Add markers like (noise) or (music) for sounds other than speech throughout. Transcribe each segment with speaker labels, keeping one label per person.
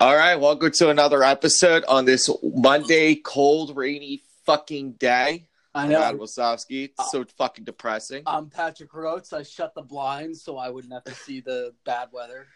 Speaker 1: All right, welcome to another episode on this Monday, cold, rainy fucking day.
Speaker 2: I
Speaker 1: I'm Adam
Speaker 2: know. Uh,
Speaker 1: Wasowski. It's so fucking depressing.
Speaker 2: I'm Patrick Roads. I shut the blinds so I wouldn't have to see the bad weather.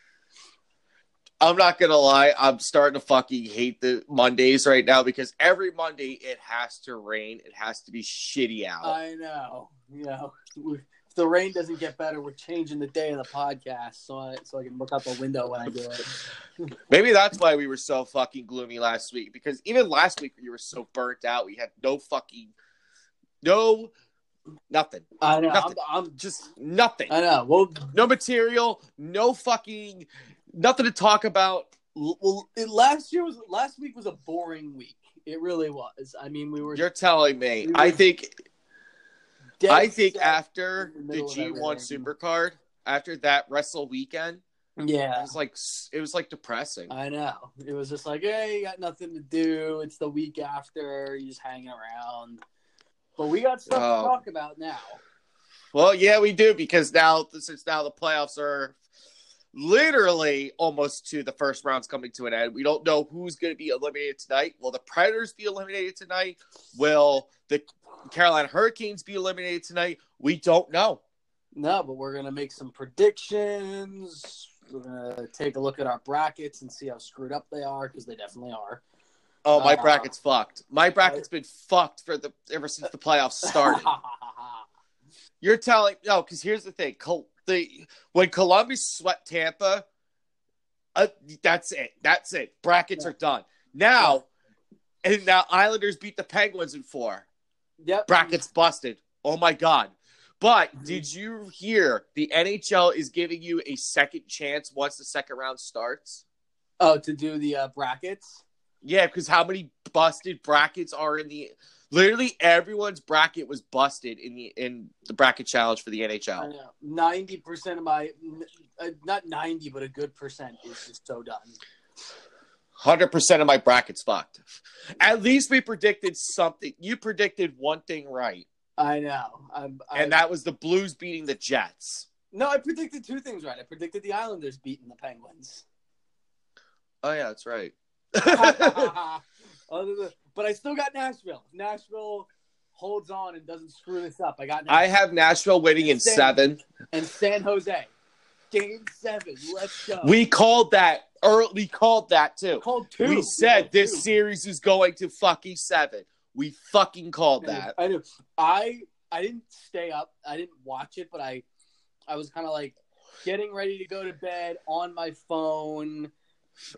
Speaker 1: I'm not gonna lie, I'm starting to fucking hate the Mondays right now because every Monday it has to rain. It has to be shitty out.
Speaker 2: I know. You know, we- if the rain doesn't get better, we're changing the day of the podcast so I so I can look out the window when I do it.
Speaker 1: Maybe that's why we were so fucking gloomy last week because even last week we were so burnt out. We had no fucking, no, nothing,
Speaker 2: I know. I'm,
Speaker 1: Nothing.
Speaker 2: I'm.
Speaker 1: just nothing.
Speaker 2: I know. Well,
Speaker 1: no material, no fucking nothing to talk about.
Speaker 2: l- well, it, last year was last week was a boring week. It really was. I mean, we were.
Speaker 1: You're telling me.
Speaker 2: We were
Speaker 1: I think
Speaker 2: dead
Speaker 1: I think
Speaker 2: set.
Speaker 1: after
Speaker 2: in the
Speaker 1: the
Speaker 2: middle of
Speaker 1: G1
Speaker 2: everything.
Speaker 1: Supercard, after that Wrestle weekend, it
Speaker 2: yeah.
Speaker 1: was like s- it was like depressing.
Speaker 2: I know. It was just like, hey, you got nothing to do. It's the week after. You just hanging around. But we got stuff
Speaker 1: Oh.
Speaker 2: to talk about now.
Speaker 1: Well, yeah, we do because now since now the playoffs are literally almost to the first rounds coming to an end. We don't know who's going to be eliminated tonight. Will the Predators be eliminated tonight? Will the Carolina Hurricanes be eliminated tonight? We don't know.
Speaker 2: No, but we're gonna make some predictions. We're gonna take a look at our brackets and see how screwed up they are because they definitely are.
Speaker 1: Oh, my
Speaker 2: Uh,
Speaker 1: bracket's fucked. My bracket's been fucked for the ever since the playoffs
Speaker 2: (laughs)
Speaker 1: started. You're telling no, because here's the thing: Col- the when Columbus swept Tampa, uh, that's it. That's it. Brackets
Speaker 2: Yeah.
Speaker 1: are done now, and now Islanders beat the Penguins in four.
Speaker 2: yep.
Speaker 1: Brackets busted. Oh my god! But
Speaker 2: Mhm.
Speaker 1: did you hear the NHL is giving you a second chance once the second round starts?
Speaker 2: Oh, to do the uh, brackets.
Speaker 1: Yeah, because how many busted brackets are in the? Literally everyone's bracket was busted in the in the bracket challenge for the NHL.
Speaker 2: I know. Ninety percent of my, n- uh, not ninety, but a good percent is just so done.
Speaker 1: Hundred percent of my brackets fucked. At least we predicted something. You predicted one thing right,
Speaker 2: I know. I'm, I,
Speaker 1: and that was the Blues beating the Jets.
Speaker 2: No, I predicted two things right. I predicted the Islanders beating
Speaker 1: (laughs)
Speaker 2: the Penguins. (laughs)
Speaker 1: Oh yeah, that's right.
Speaker 2: Other than- but I still got Nashville. If Nashville holds on and doesn't screw this up. I got
Speaker 1: (laughs) I
Speaker 2: Nashville.
Speaker 1: have Nashville winning in
Speaker 2: Same.
Speaker 1: seven.
Speaker 2: and San Jose. Game seven. Let's go.
Speaker 1: We called that early. Called that too.
Speaker 2: called two.
Speaker 1: We said
Speaker 2: called two.
Speaker 1: this series is going to fucking seven. We fucking called
Speaker 2: I knew-
Speaker 1: that.
Speaker 2: I knew. I I didn't stay up. I didn't watch it, but I I was kind of like getting ready to go to bed on my phone,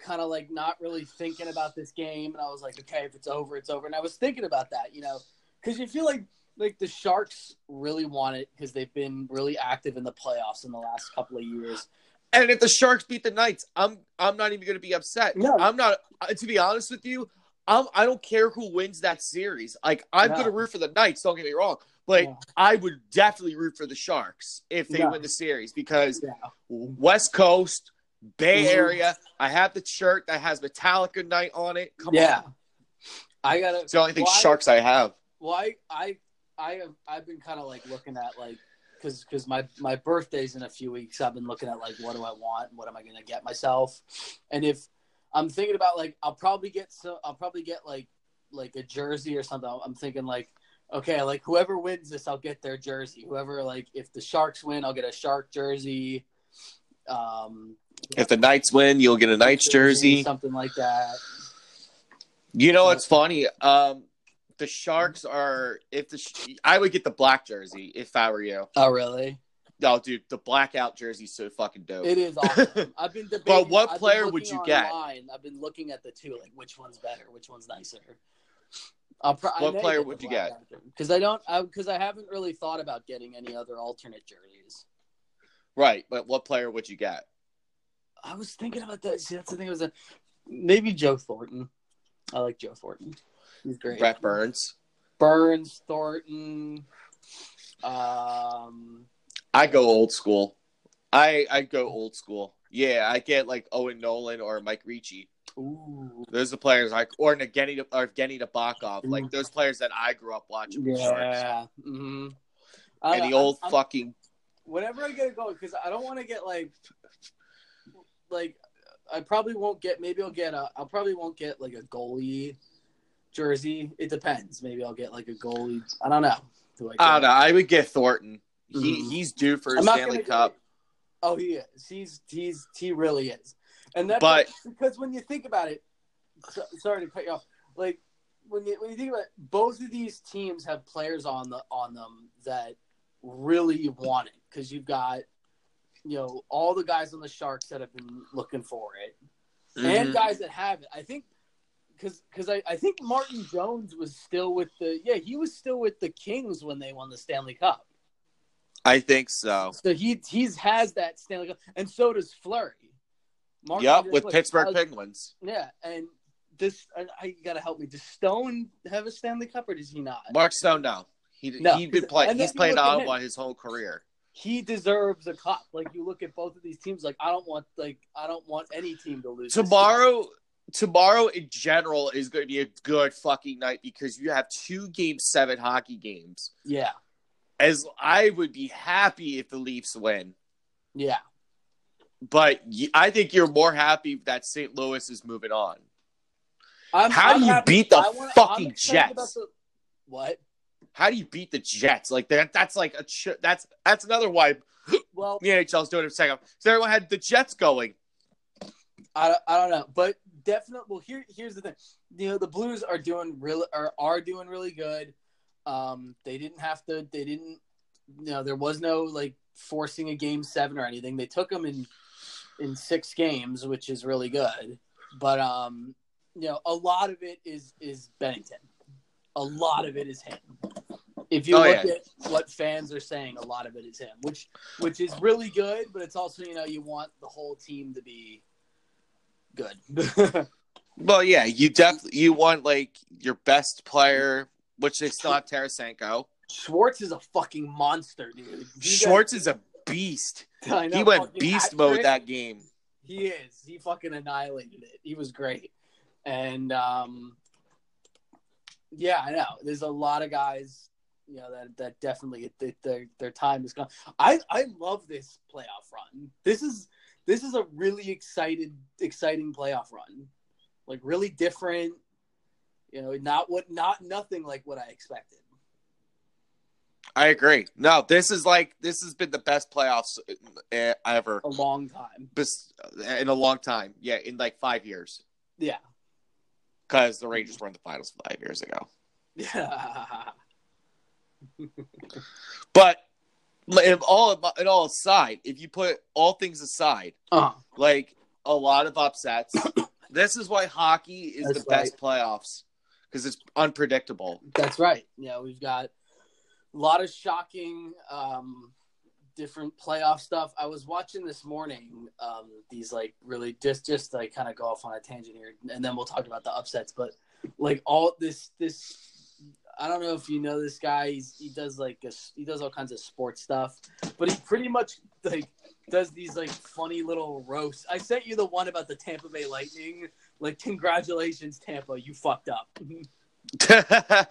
Speaker 2: kind of like not really thinking about this game. And I was like, okay, if it's over, it's over. And I was thinking about that, you know, because you feel like like the Sharks really want it because they've been really active in the playoffs in the last couple of years.
Speaker 1: And if the Sharks beat the Knights, I'm I'm not even going to be upset.
Speaker 2: No.
Speaker 1: I'm not. uh, To be honest with you, I'm I don't care who wins that series. Like I'm
Speaker 2: No.
Speaker 1: going to root for the Knights. Don't get me wrong, but
Speaker 2: No.
Speaker 1: I would definitely root for the Sharks if they
Speaker 2: No.
Speaker 1: win the series because
Speaker 2: Yeah.
Speaker 1: West Coast, Bay
Speaker 2: Mhm.
Speaker 1: Area. I have the shirt that has Metallica Night on it. Come
Speaker 2: yeah.
Speaker 1: on,
Speaker 2: I gotta.
Speaker 1: it's the only thing
Speaker 2: Why-
Speaker 1: Sharks I have.
Speaker 2: Well, I, I, I have, I've been kind of like looking at like, cause, cause my, my birthday's in a few weeks. I've been looking at like, what do I want? What am I going to get myself? And if I'm thinking about like, I'll probably get so I'll probably get like, like a Jersey or something. I'm thinking like, okay, like whoever wins this, I'll get their Jersey. Whoever, like if the sharks win, I'll get a shark Jersey. Um,
Speaker 1: If the Knights win, you'll get a Knights jersey.
Speaker 2: something like that.
Speaker 1: You know, it's funny. Um, the Sharks are if the sh- I would get the black jersey if I were you.
Speaker 2: Oh, really?
Speaker 1: Oh, dude, the blackout jersey's so fucking dope.
Speaker 2: It is awesome. I've been debating.
Speaker 1: But what
Speaker 2: I've been
Speaker 1: player would
Speaker 2: looking
Speaker 1: you get?
Speaker 2: online. I've been looking at the two, like which one's better, which one's nicer. I'll pro- I
Speaker 1: What
Speaker 2: may
Speaker 1: player
Speaker 2: get the
Speaker 1: would you
Speaker 2: black Because I don't, because I, haven't really thought about getting any other alternate jerseys.
Speaker 1: (laughs) right, but what player would you get?
Speaker 2: I was thinking about that. See, that's the thing. It was a, maybe Joe Thornton. I like Joe Thornton. He's great.
Speaker 1: Brett Burns.
Speaker 2: Burns, Thornton. Um,
Speaker 1: I go old school. I I go old school. Yeah, I get like Owen Nolan or Mike Ricci.
Speaker 2: ooh,
Speaker 1: Those are players like or Evgeny or Evgeny Nabokov. Like those players that I grew up watching. with Sharks.
Speaker 2: Mm. yeah. Mm-hmm.
Speaker 1: And the old fucking
Speaker 2: whenever I get a goal, because I don't want to get like, like I probably won't get. Maybe I'll get a. I probably won't get like a goalie jersey. It depends. Maybe I'll get like a goalie. I don't know. Do
Speaker 1: I don't know. I would get Thornton. He
Speaker 2: Mhm.
Speaker 1: he's due for a
Speaker 2: I'm not
Speaker 1: Stanley
Speaker 2: gonna-
Speaker 1: Cup.
Speaker 2: Oh, he is. He's he's he really is. And that's
Speaker 1: But-
Speaker 2: because when you think about it, so, sorry to cut you off. Like when you when you think about it, both of these teams have players on the on them that really want it because you've got you know all the guys on the Sharks that have been looking for it and
Speaker 1: Mhm.
Speaker 2: guys that have it. I think because because I, I think Martin Jones was still with the yeah he was still with the Kings when they won the Stanley Cup.
Speaker 1: I think so.
Speaker 2: So he he's has that Stanley Cup, and so does Flurry. Mark
Speaker 1: Yep,
Speaker 2: Andre
Speaker 1: with
Speaker 2: Fleury.
Speaker 1: Pittsburgh
Speaker 2: Uh,
Speaker 1: Penguins.
Speaker 2: yeah, and this I, I you gotta help me. Does Stone have a Stanley Cup or does he not?
Speaker 1: Mark Stone, no. He
Speaker 2: No.
Speaker 1: he'd been playing.
Speaker 2: And then
Speaker 1: He's
Speaker 2: you
Speaker 1: played
Speaker 2: look at
Speaker 1: Ottawa
Speaker 2: him.
Speaker 1: his whole career.
Speaker 2: He deserves a cup. Like you look at both of these teams, like I don't want like I don't want any team to lose. this
Speaker 1: Tomorrow, tomorrow in general is going to be a good fucking night because you have two game seven hockey games.
Speaker 2: season. Yeah,
Speaker 1: As I would be happy if the Leafs win,
Speaker 2: yeah,
Speaker 1: but y- I think you're more happy that St. Louis is moving on.
Speaker 2: I'm,
Speaker 1: How do you beat the
Speaker 2: I wanna- I'm
Speaker 1: fucking
Speaker 2: excited about
Speaker 1: Jets?
Speaker 2: the- what?
Speaker 1: How do you beat the Jets? Like that? That's like a ch- that's that's another why
Speaker 2: Well,
Speaker 1: the NHL's doing it. Second, so everyone had the Jets going.
Speaker 2: I, I don't know, but definitely. Well, here here's the thing. You know, the Blues are doing really are are doing really good. Um, they didn't have to. They didn't. You know, there was no like forcing a game seven or anything. They took them in in six games, which is really good. But um, you know, a lot of it is is Bennington. A lot of it is him. If you
Speaker 1: Oh,
Speaker 2: look
Speaker 1: yeah.
Speaker 2: at what fans are saying, a lot of it is him, which which is really good. But it's also you know you want the whole team to be good.
Speaker 1: Well, yeah, you definitely you want like your best player, which they still have Tarasenko.
Speaker 2: Schwartz is a fucking monster, dude. He
Speaker 1: Schwartz is a beast.
Speaker 2: got- (laughs) I know,
Speaker 1: He went
Speaker 2: fucking
Speaker 1: beast
Speaker 2: hat
Speaker 1: mode
Speaker 2: trick.
Speaker 1: that game.
Speaker 2: He is. He fucking annihilated it. He was great. And um yeah, I know. There's a lot of guys, you know, that that definitely that their their time is gone. I I love this playoff run. This is this is a really excited exciting playoff run. Like really different, you know, not what not nothing like what I expected.
Speaker 1: I agree. No, this is like this has been the best playoffs uh, ever
Speaker 2: A long time.
Speaker 1: Bes- eh, in a long time. Yeah, in like five years
Speaker 2: Yeah. (laughs)
Speaker 1: because the Rangers were in the finals five years ago.
Speaker 2: Yeah.
Speaker 1: But if all of my- in all aside, if you put all things aside,
Speaker 2: uh
Speaker 1: like a lot of upsets, this is why hockey is
Speaker 2: That's
Speaker 1: the best playoffs because it's unpredictable. (laughs)
Speaker 2: That's right. Yeah, we've got a lot of shocking, um, different playoff stuff. I was watching this morning um, these like really just just like kind of go off on a tangent here, and then we'll talk about the upsets. But like all this this. I don't know if you know this guy. He's, he does like a, he does all kinds of sports stuff, but he pretty much like does these like funny little roasts. I sent you the one about the Tampa Bay Lightning. Like, congratulations, Tampa, you fucked up.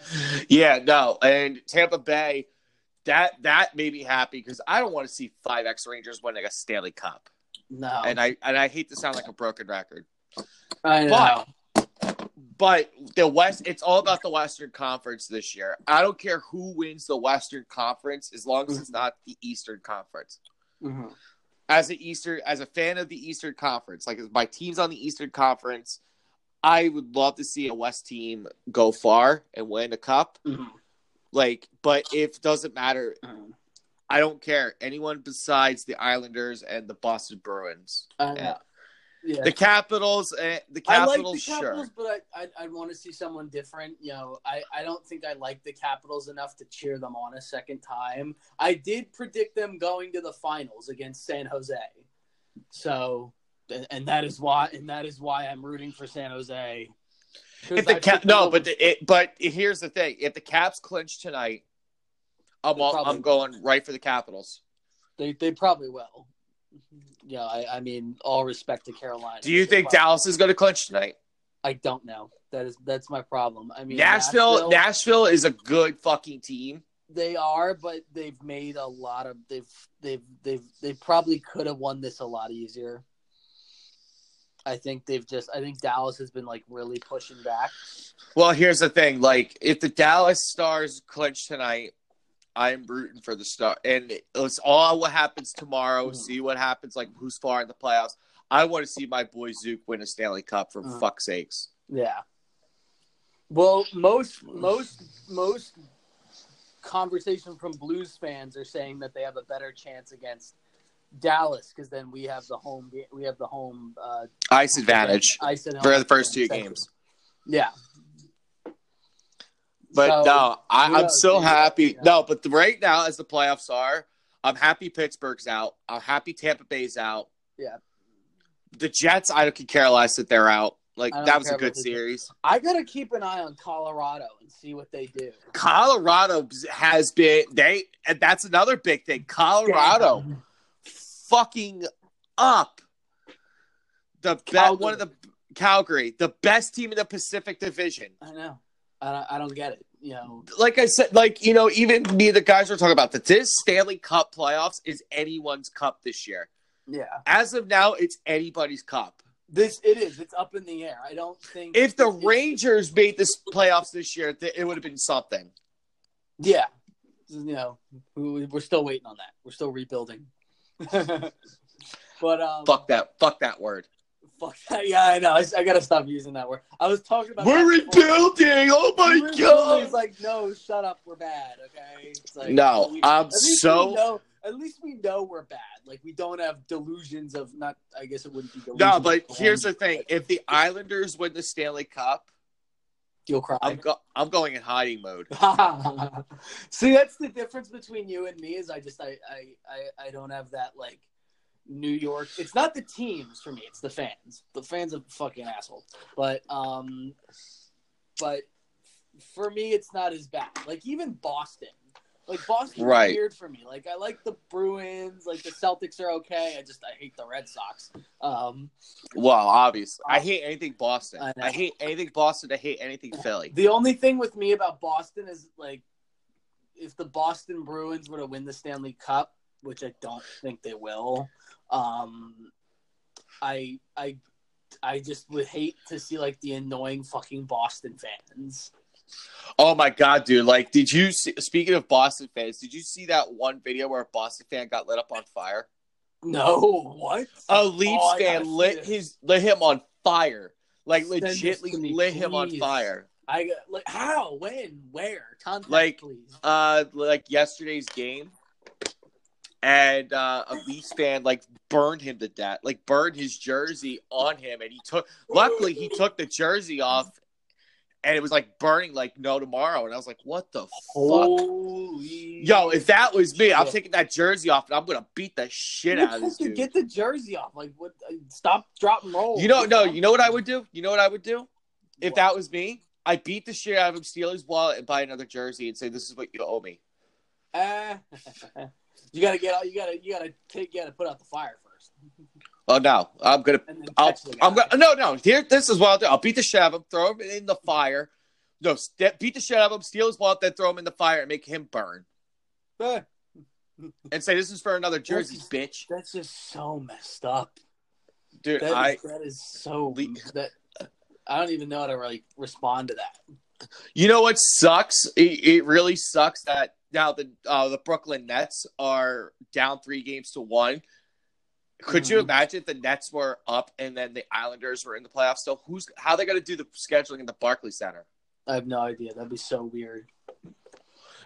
Speaker 2: (laughs)
Speaker 1: yeah, no, and Tampa Bay, that that made me happy because I don't want to see five X Rangers winning a Stanley Cup,
Speaker 2: no,
Speaker 1: and I and I hate to sound like a broken record,
Speaker 2: I know.
Speaker 1: But- but the West, it's all about the Western Conference this year. I don't care who wins the Western Conference as long as it's not the Eastern Conference.
Speaker 2: Mhm.
Speaker 1: As an Eastern, as a fan of the Eastern Conference, like if my team's on the Eastern Conference, I would love to see a West team go far and win a cup.
Speaker 2: Mm-hmm.
Speaker 1: Like, but if doesn't matter I don't care. Anyone besides the Islanders and the Boston Bruins.
Speaker 2: I know.
Speaker 1: Yeah.
Speaker 2: Yeah.
Speaker 1: The Capitals and the
Speaker 2: I like
Speaker 1: Capitals,
Speaker 2: the Capitals,
Speaker 1: sure.
Speaker 2: but I I, I want to see someone different. You know, I, I don't think I like the Capitals enough to cheer them on a second time. I did predict them going to the finals against San Jose, so and, and that is why and that is why I'm rooting for San Jose. 'Cause
Speaker 1: If the
Speaker 2: I
Speaker 1: cap,
Speaker 2: picked
Speaker 1: no,
Speaker 2: them-
Speaker 1: but the, it, but here's the thing: if the Caps clinch tonight, I'm
Speaker 2: They're
Speaker 1: all,
Speaker 2: probably-
Speaker 1: I'm going right for the Capitals.
Speaker 2: they they probably will. Yeah, I, I mean, all respect to Carolina.
Speaker 1: Do you
Speaker 2: They
Speaker 1: think
Speaker 2: probably-
Speaker 1: Dallas is going to clinch tonight?
Speaker 2: I don't know. That is that's my problem. I mean,
Speaker 1: Nashville, Nashville is a good fucking team.
Speaker 2: They are, but they've made a lot of they've they've they've they probably could have won this a lot easier. I think they've just I think Dallas has been like really pushing back.
Speaker 1: Well, here's the thing: like, if the Dallas Stars clinch tonight, I'm rooting for the star, and it's all what happens tomorrow.
Speaker 2: Mhm.
Speaker 1: See what happens, like who's far in the playoffs. I want to see my boy Zook win a Stanley Cup for
Speaker 2: Mhm.
Speaker 1: fuck's sakes.
Speaker 2: Yeah. Well, most most most conversation from Blues fans are saying that they have a better chance against Dallas because then we have the home ga- we have the home uh,
Speaker 1: Ice advantage
Speaker 2: ice and
Speaker 1: for
Speaker 2: home
Speaker 1: the first two
Speaker 2: advantage, exactly.
Speaker 1: games.
Speaker 2: Yeah.
Speaker 1: But
Speaker 2: So,
Speaker 1: no, I,
Speaker 2: who
Speaker 1: I'm
Speaker 2: knows?
Speaker 1: so
Speaker 2: Maybe that-
Speaker 1: happy.
Speaker 2: yeah.
Speaker 1: No, but the- right now, as the playoffs are, I'm happy Pittsburgh's out. I'm happy Tampa Bay's out.
Speaker 2: Yeah.
Speaker 1: The Jets, I don't care less that they're out. Like
Speaker 2: I don't
Speaker 1: that was
Speaker 2: care
Speaker 1: a
Speaker 2: about
Speaker 1: good
Speaker 2: the Jets.
Speaker 1: series.
Speaker 2: I gotta keep an eye on Colorado and see what they do.
Speaker 1: Colorado has been they. And that's another big thing. Colorado fucking up. The be-
Speaker 2: Calgary.
Speaker 1: one of the Calgary, the best team in the Pacific Division.
Speaker 2: I know. I don't, I don't get it. You know.
Speaker 1: like I said, like you know, even me, and the guys were talking about that. This Stanley Cup playoffs is anyone's cup this year.
Speaker 2: Yeah.
Speaker 1: As of now, it's anybody's cup.
Speaker 2: This it is. It's up in the air. I don't think
Speaker 1: If the
Speaker 2: it's-
Speaker 1: Rangers made this playoffs this year, th- it would have been something.
Speaker 2: Yeah. You know, we, we're still waiting on that. We're still rebuilding. (laughs) but um,
Speaker 1: Fuck that. Fuck that word.
Speaker 2: fuck that. Yeah, I know. I, I gotta stop using that word. I was talking about.
Speaker 1: We're
Speaker 2: that before.
Speaker 1: rebuilding. Oh my
Speaker 2: We're rebuilding.
Speaker 1: god.
Speaker 2: It's like, no, shut up. We're bad. Okay. It's like,
Speaker 1: No,
Speaker 2: we-
Speaker 1: I'm
Speaker 2: at least
Speaker 1: so-
Speaker 2: We know, at least we know we're bad. Like we don't have delusions of not. I guess it wouldn't be. Delusions
Speaker 1: No, but
Speaker 2: of-
Speaker 1: here's the thing: if the Islanders win the Stanley Cup,
Speaker 2: you'll cry.
Speaker 1: I'm go- I'm going in hiding mode.
Speaker 2: (laughs) See, that's the difference between you and me. Is I just I I I, I don't have that like New York. It's not the teams for me. It's the fans. The fans are fucking assholes. But um, but for me, it's not as bad. Like even Boston. Like Boston's
Speaker 1: Right.
Speaker 2: weird for me. Like I like the Bruins. Like the Celtics are okay. I just I hate the Red Sox. Um,
Speaker 1: Well, obviously, I hate anything Boston.
Speaker 2: I know.
Speaker 1: I hate anything Boston. I hate anything Philly.
Speaker 2: The only thing with me about Boston is like, if the Boston Bruins were to win the Stanley Cup, which I don't think they will, um, I I I just would hate to see like the annoying fucking Boston fans.
Speaker 1: Oh my god, dude! Like, did you see, speaking of Boston fans? Did you see that one video where a Boston fan got lit up on fire?
Speaker 2: No, what?
Speaker 1: A Leafs
Speaker 2: Oh, I gotta
Speaker 1: fan
Speaker 2: see
Speaker 1: lit
Speaker 2: this.
Speaker 1: his lit him on fire. Like,
Speaker 2: Send this
Speaker 1: legitly
Speaker 2: to me,
Speaker 1: lit him on
Speaker 2: please.
Speaker 1: fire.
Speaker 2: I like how, when, where? Contact,
Speaker 1: Like-
Speaker 2: please.
Speaker 1: Uh, like yesterday's game, and uh, a Leafs fan like burned him to death. Like, burned his jersey on him, and he took. Luckily, he took the jersey off, and it was like burning. Like, no tomorrow. And I was like, what the fuck?
Speaker 2: Holy
Speaker 1: Yo, if that was me, I'm
Speaker 2: Shit.
Speaker 1: taking that jersey off and I'm gonna beat the shit
Speaker 2: You
Speaker 1: out of this
Speaker 2: fucking
Speaker 1: dude.
Speaker 2: get the jersey off. Like, what? uh, Stop, drop, and roll.
Speaker 1: you know, no, you know what I would do? You know what I would do if that was me? I beat the shit out of him, steal his wallet, and buy another jersey, and say, "This is what you owe me."
Speaker 2: Uh, (laughs) you gotta get out. You gotta you gotta take. You gotta put out the fire first,
Speaker 1: Oh no, I'm gonna,
Speaker 2: and then
Speaker 1: I'll,
Speaker 2: catch the guy.
Speaker 1: I'm gonna, no, no. Here, this is what I'll do. I'll beat the shit out of him, throw him in the fire. No, st- beat the shit out of him, steal his wallet, then throw him in the fire and make him burn,
Speaker 2: Eh,
Speaker 1: and say, "This is for another jersey,
Speaker 2: That's-
Speaker 1: bitch."
Speaker 2: that's just so messed up.
Speaker 1: Dude,
Speaker 2: That is,
Speaker 1: I
Speaker 2: that is so
Speaker 1: Le-
Speaker 2: that. I don't even know how to really respond to that.
Speaker 1: You know what sucks? It, it really sucks that now the uh, the Brooklyn Nets are down three games to one. Could you
Speaker 2: Mhm.
Speaker 1: imagine if the Nets were up and then the Islanders were in the playoffs? So who's how they going to do the scheduling in the Barclays Center?
Speaker 2: I have no idea. That'd be so weird.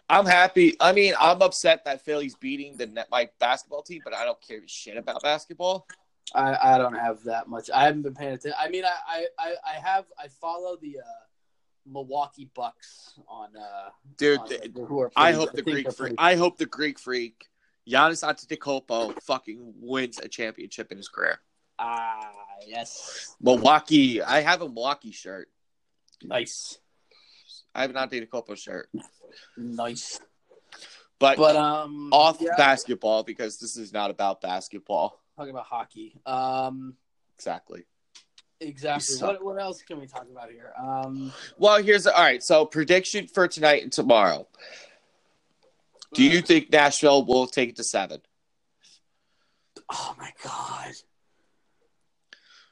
Speaker 1: I'm happy. I mean, I'm upset that Philly's beating the net, my basketball team, but I don't care shit about basketball.
Speaker 2: I, I don't have that much. I haven't been paying attention. I mean, I, I, I, I have. I follow the uh, Milwaukee Bucks on. Uh,
Speaker 1: Dude,
Speaker 2: on-
Speaker 1: th-
Speaker 2: who are
Speaker 1: I
Speaker 2: pretty-
Speaker 1: hope the
Speaker 2: think
Speaker 1: Greek
Speaker 2: they're
Speaker 1: freak.
Speaker 2: pretty-
Speaker 1: I hope the Greek freak Giannis Antetokounmpo fucking wins a championship in his career.
Speaker 2: Ah, yes,
Speaker 1: Milwaukee. I have a Milwaukee shirt.
Speaker 2: nice,
Speaker 1: I have not dated a Copo shirt,
Speaker 2: nice.
Speaker 1: but,
Speaker 2: But um,
Speaker 1: off
Speaker 2: yeah,
Speaker 1: basketball because this is not about basketball.
Speaker 2: talking about hockey. Um,
Speaker 1: Exactly.
Speaker 2: exactly.
Speaker 1: suck.
Speaker 2: What, what else can we talk about here? Um,
Speaker 1: Well, here's all right. So prediction for tonight and tomorrow. Do
Speaker 2: Hmm.
Speaker 1: you think Nashville will take it to seven?
Speaker 2: Oh my god.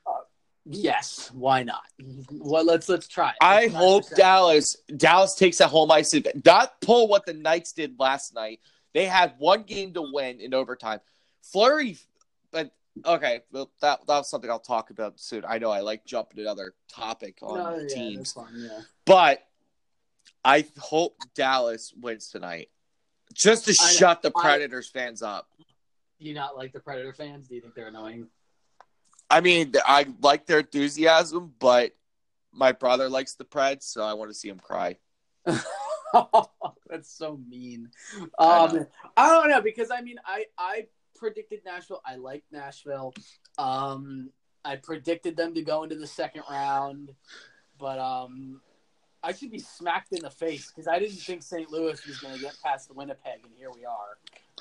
Speaker 2: Uh, Yes, why not? Well, let's let's try. It.
Speaker 1: I
Speaker 2: Let's
Speaker 1: hope
Speaker 2: 9%.
Speaker 1: Dallas Dallas takes that home ice advantage. Not pull what the Knights did last night. They had one game to win in overtime. Flurry, but okay, well, that that was something I'll talk about soon. I know I like jumping to another topic on
Speaker 2: No, Oh, yeah, that's
Speaker 1: teams,
Speaker 2: fine, yeah.
Speaker 1: but I hope Dallas wins tonight just to
Speaker 2: I know.
Speaker 1: shut the
Speaker 2: I-
Speaker 1: Predators fans up.
Speaker 2: Do you not like the Predator fans? Do you think they're annoying?
Speaker 1: I mean, I like their enthusiasm, but my brother likes the Preds, so I want to see him cry.
Speaker 2: (laughs) That's so mean.
Speaker 1: I
Speaker 2: Um, I don't know because I mean I I predicted Nashville. I like Nashville. Um, I predicted them to go into the second round, but um, I should be smacked in the face because I didn't think St. Louis was going to get past Winnipeg, and here we are.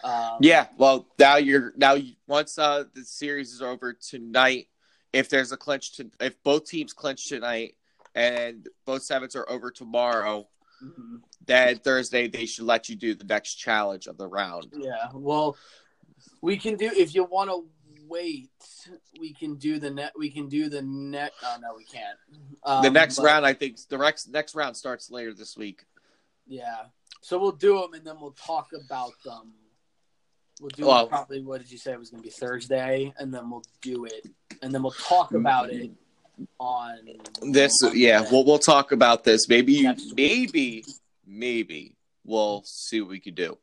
Speaker 2: Um,
Speaker 1: Yeah, well, now you're now you, once uh, the series is over tonight, if there's a clinch to if both teams clinch tonight and both sevens are over tomorrow,
Speaker 2: mhm.
Speaker 1: then Thursday they should let you do the next challenge of the round.
Speaker 2: Yeah. Well, we can do if you want to wait. We can do the net. We can do the net. Oh no, we can't. Um,
Speaker 1: the next
Speaker 2: but-
Speaker 1: round, I think, the next next round starts later this week.
Speaker 2: Yeah. So we'll do them, and then we'll talk about them. We'll do 'em
Speaker 1: Well-
Speaker 2: probably. What did you say it was going to be Thursday? And then we'll do it, and then we'll talk about it on
Speaker 1: This,
Speaker 2: on
Speaker 1: yeah,
Speaker 2: Monday.
Speaker 1: we'll we'll talk about this. Maybe you,
Speaker 2: Next week.
Speaker 1: maybe maybe we'll see what we can do.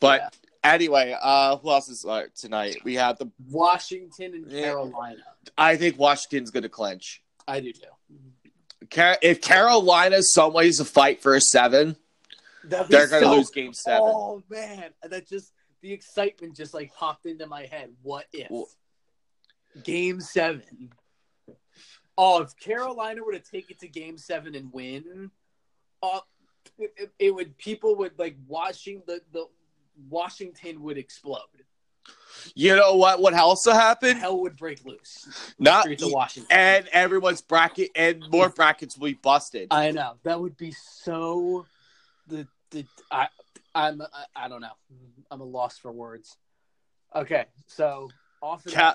Speaker 1: But anyway, uh, who else is uh, tonight? We have the.
Speaker 2: Yeah. Washington and
Speaker 1: Yeah.
Speaker 2: Carolina.
Speaker 1: I think Washington's going to clinch.
Speaker 2: I do too.
Speaker 1: Car- if Carolina some ways to fight for a seven,
Speaker 2: That'd be
Speaker 1: they're going to
Speaker 2: so
Speaker 1: lose game seven.
Speaker 2: Oh man, that just the excitement just like popped into my head. What if
Speaker 1: Well-
Speaker 2: game seven? Oh, if Carolina were to take it to game seven and win, oh, it, it- it would people would like watching the the Washington would explode.
Speaker 1: You know what would also happen?
Speaker 2: Hell would break loose. in the
Speaker 1: Not e
Speaker 2: streets of Washington.
Speaker 1: and everyone's bracket and more brackets will be busted.
Speaker 2: I know that would be so. The the I I'm I, I don't know. I'm a loss for words. Okay, so off of
Speaker 1: Ca-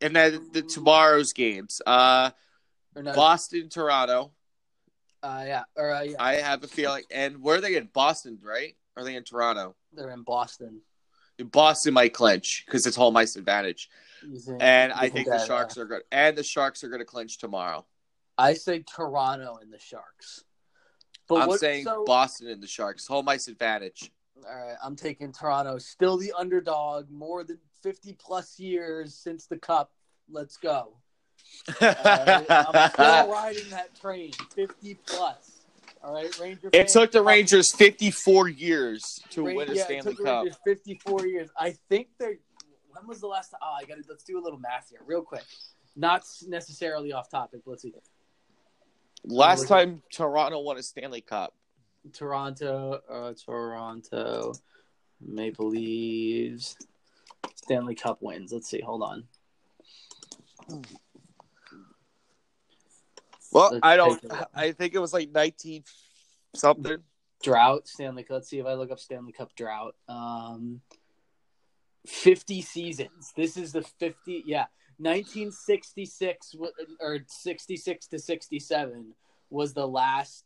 Speaker 1: and then the tomorrow's games. Uh
Speaker 2: that- or no,
Speaker 1: Boston, Toronto.
Speaker 2: uh, yeah, or uh, yeah,
Speaker 1: I have a feeling and where are they in Boston, right? Are they in Toronto?
Speaker 2: they're in Boston.
Speaker 1: Boston might clinch because it's home ice advantage.
Speaker 2: You think-
Speaker 1: And
Speaker 2: you
Speaker 1: I think the
Speaker 2: that,
Speaker 1: Sharks
Speaker 2: uh,
Speaker 1: are good. And the Sharks are gonna clinch tomorrow.
Speaker 2: I say Toronto and the Sharks. But
Speaker 1: I'm
Speaker 2: what-
Speaker 1: saying
Speaker 2: so-
Speaker 1: Boston and the Sharks. Home ice advantage.
Speaker 2: All right, I'm taking Toronto. Still the underdog. More than 50 plus years since the Cup. Let's go. All right, I'm
Speaker 1: (laughs)
Speaker 2: still riding that train. 50 plus. All right, Ranger.
Speaker 1: It
Speaker 2: fans,
Speaker 1: took the
Speaker 2: come-
Speaker 1: Rangers 54 years to
Speaker 2: Ra-
Speaker 1: win a
Speaker 2: yeah, it
Speaker 1: Stanley
Speaker 2: took
Speaker 1: Cup.
Speaker 2: Rangers 54 years. I think they're. When was the last time? Oh, I got to let's do a little math here, real quick. Not necessarily off topic. but Let's see.
Speaker 1: Last time Toronto won a Stanley Cup.
Speaker 2: Toronto, uh, Toronto, Maple Leaves, Stanley Cup wins. Let's see. Hold on.
Speaker 1: Well,
Speaker 2: Let's
Speaker 1: I don't.
Speaker 2: take a look.
Speaker 1: I think it was like 19 something.
Speaker 2: Drought Stanley Cup. Let's see if I look up Stanley Cup drought. Um, fifty seasons. This is the fifty. Yeah, nineteen sixty six or sixty six to sixty seven was the last.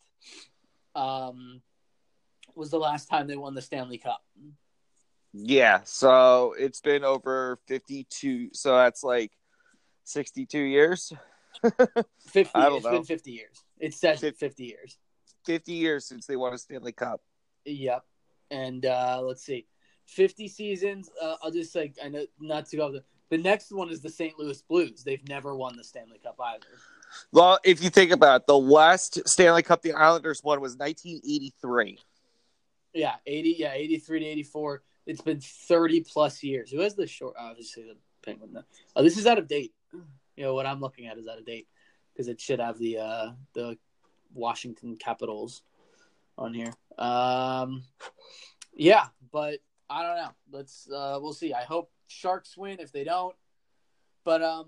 Speaker 2: Um, was the last time they won the Stanley Cup.
Speaker 1: Yeah. So it's been over 52. So that's like 62 years.
Speaker 2: Fifty.
Speaker 1: I don't
Speaker 2: it's
Speaker 1: know.
Speaker 2: been fifty years. It says
Speaker 1: Fif-
Speaker 2: fifty years.
Speaker 1: 50 years since they won a Stanley Cup.
Speaker 2: Yep. And uh, let's see, fifty seasons. Uh, I'll just like I know not to go. The, the next one is the St. Louis Blues. They've never won the Stanley Cup either.
Speaker 1: Well, if you think about it, the last Stanley Cup the Islanders won was 1983.
Speaker 2: Yeah, eighty. Yeah, eighty-three to eighty-four. It's been thirty plus years. Who has the short? Obviously, the Penguin. though. Oh, this is out of date. You know what I'm looking at is out of date because it should have the uh, the Washington Capitals on here. Um, yeah, but I don't know. Let's uh, we'll see. I hope Sharks win. If they don't, but um,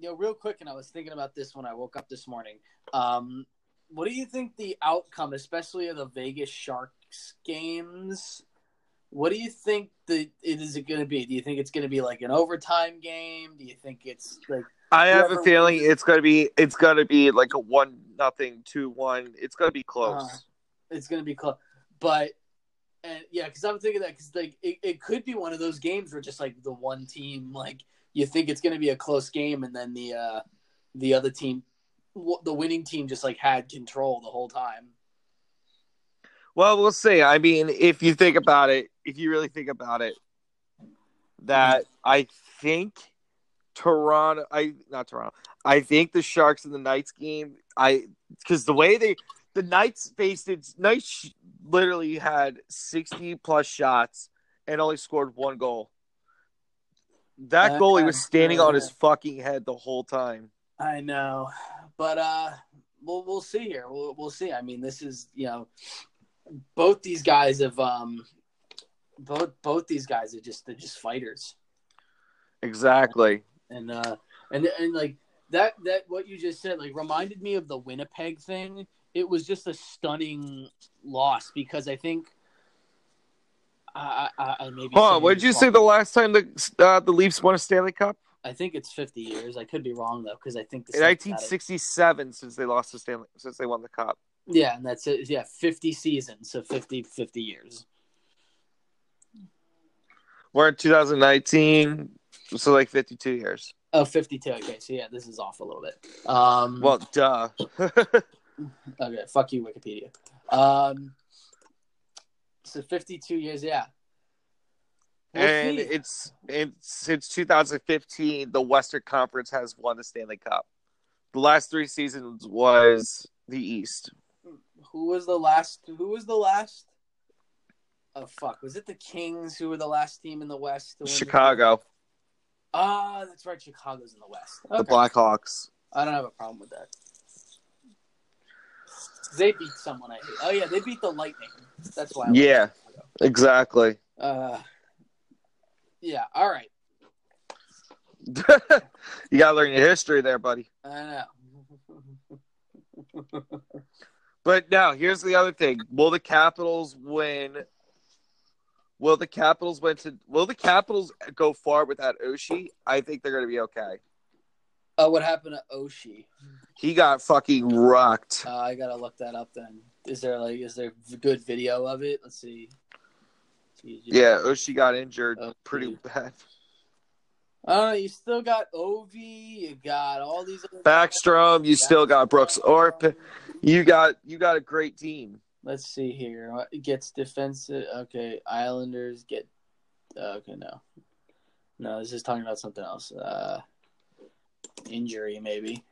Speaker 2: you know, real quick, and I was thinking about this when I woke up this morning. Um, what do you think the outcome, especially of the Vegas Sharks games, What do you think the it is it going to be? Do you think it's going to be like an overtime game? Do you think it's like
Speaker 1: I have a
Speaker 2: Whoever
Speaker 1: feeling
Speaker 2: wins-
Speaker 1: it's gonna be it's gonna be like a one nothing two one. It's gonna be close.
Speaker 2: Uh, it's going to be close? But and yeah, because I'm thinking that because like it, it could be one of those games where just like the one team like you think it's going to be a close game and then the uh the other team w- the winning team just like had control the whole time.
Speaker 1: Well, we'll see. I mean, if you think about it, if you really think about it, that I think Toronto, I not Toronto, I think the Sharks and the Knights game, I because the way they the Knights faced it, Knights literally had sixty plus shots and only scored one goal. That
Speaker 2: Uh,
Speaker 1: goalie was standing on
Speaker 2: uh,
Speaker 1: his fucking head the whole time.
Speaker 2: I know, but uh, we'll we'll see here. We'll we'll see. I mean, this is you know, both these guys have um, both both these guys are just they're just fighters,
Speaker 1: Exactly.
Speaker 2: and uh, and and like that that what you just said like reminded me of the Winnipeg thing. It was just a stunning loss because I think. I, I, I maybe
Speaker 1: Huh?
Speaker 2: saying
Speaker 1: What did you
Speaker 2: this
Speaker 1: say
Speaker 2: wrong.
Speaker 1: the last time the uh, the Leafs won a Stanley Cup?
Speaker 2: I think it's fifty years. I could be wrong though, because I think the
Speaker 1: In
Speaker 2: Celtics had it.
Speaker 1: 1967 since they lost to Stanley since they won the cup.
Speaker 2: Yeah, and that's it. Yeah, 50 seasons, so 50 50 years.
Speaker 1: We're in 2019, so like 52 years.
Speaker 2: Oh, 52. Okay, so yeah, this is off a little bit. Um
Speaker 1: Well, duh.
Speaker 2: okay, fuck you Wikipedia. Um so 52 years, yeah. We'll
Speaker 1: and
Speaker 2: see.
Speaker 1: it's it's since 2015 the Western Conference has won the Stanley Cup. The last 3 seasons was the East.
Speaker 2: who was the last who was the last Oh fuck, was it the Kings who were the last team in the West to win the-
Speaker 1: Chicago,
Speaker 2: Ah, that's right, Chicago's in the West.
Speaker 1: the
Speaker 2: Okay.
Speaker 1: Blackhawks.
Speaker 2: I don't have a problem with that. They beat someone I hate. Oh yeah, they beat the Lightning. That's why. I like
Speaker 1: Yeah.
Speaker 2: Chicago.
Speaker 1: Exactly. (laughs)
Speaker 2: Uh, yeah. All right.
Speaker 1: you got to learn your history there, buddy.
Speaker 2: I know.
Speaker 1: But now here's the other thing: Will the Capitals win? Will the Capitals win to? Will the Capitals go far without Oshi? I think they're going to be okay.
Speaker 2: uh, what happened to Oshi?
Speaker 1: He got fucking rocked.
Speaker 2: Uh, I gotta look that up. Then is there like is there good video of it? Let's see.
Speaker 1: Yeah, Oshi got injured
Speaker 2: Okay.
Speaker 1: pretty bad.
Speaker 2: I don't know. You still got Ovi. You got all these. Other
Speaker 1: Backstrom, you still got Brooks Orp. You got you got a great team.
Speaker 2: Let's see here. What- It gets defensive. Okay, Islanders get. uh, Okay, no, no. This is talking about something else. Uh, injury maybe.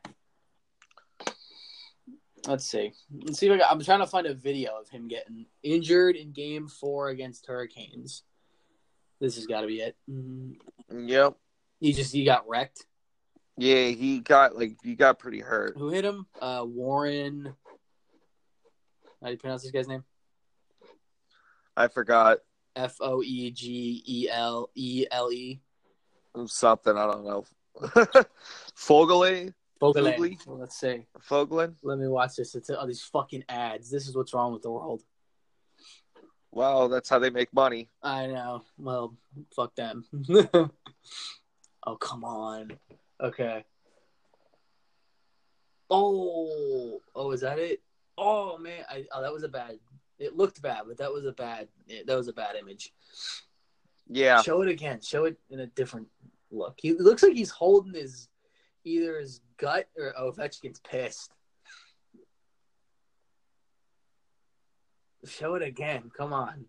Speaker 2: Let's see. Let's see. If I got, I'm trying to find a video of him getting injured in Game Four against Hurricanes. This has got to be it. Mm,
Speaker 1: Yep.
Speaker 2: He just he got wrecked.
Speaker 1: Yeah, he got like he got pretty hurt.
Speaker 2: Who hit him? Uh, Warren. How do you pronounce this guy's name?
Speaker 1: I forgot
Speaker 2: F O E G E L E L E.
Speaker 1: something. I don't know. (laughs) Fogley, Fogley?
Speaker 2: Bogle. Let's see.
Speaker 1: Foglin.
Speaker 2: Let me watch this. It's all these fucking ads. This is what's wrong with the world.
Speaker 1: Wow, that's how they make money.
Speaker 2: I know. Well, fuck (laughs) them. oh come on. Okay. Oh, oh, is that it? Oh man, I, oh that was a bad. It looked bad, but that was a bad. That was a bad image.
Speaker 1: Yeah, (laughs)
Speaker 2: Show it again. Show it in a different look. He it looks like he's holding his either his gut or oh, Ovechkin's pissed. Show it again. Come on.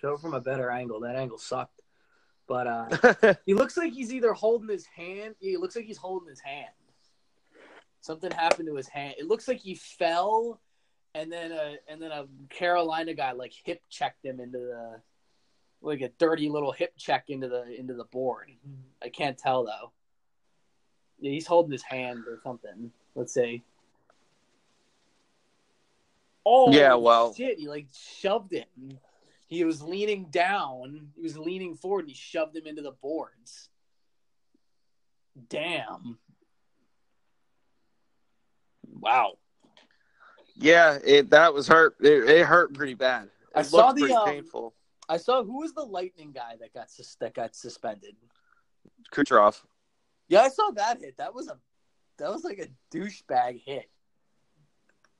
Speaker 2: Show it from a better angle. That angle sucked. But uh he looks like he's either holding his hand. He looks like he's holding his hand. Something happened to his hand. It looks like he fell, and then a and then a Carolina guy like hip checked him into the like a dirty little hip check into the into the board. I can't tell though. Yeah, he's holding his hand or something. Let's see. Oh
Speaker 1: Yeah, well-
Speaker 2: shit! He like shoved him. He was leaning down. He was leaning forward, and he shoved him into the boards. Damn. Wow.
Speaker 1: yeah, it that was hurt. It, it hurt pretty bad. It
Speaker 2: I saw
Speaker 1: looked
Speaker 2: the,
Speaker 1: pretty
Speaker 2: um,
Speaker 1: painful.
Speaker 2: I saw who was the Lightning guy that got sus- that got suspended.
Speaker 1: Kucherov.
Speaker 2: Yeah, I saw that hit. That was a that was like a douchebag hit.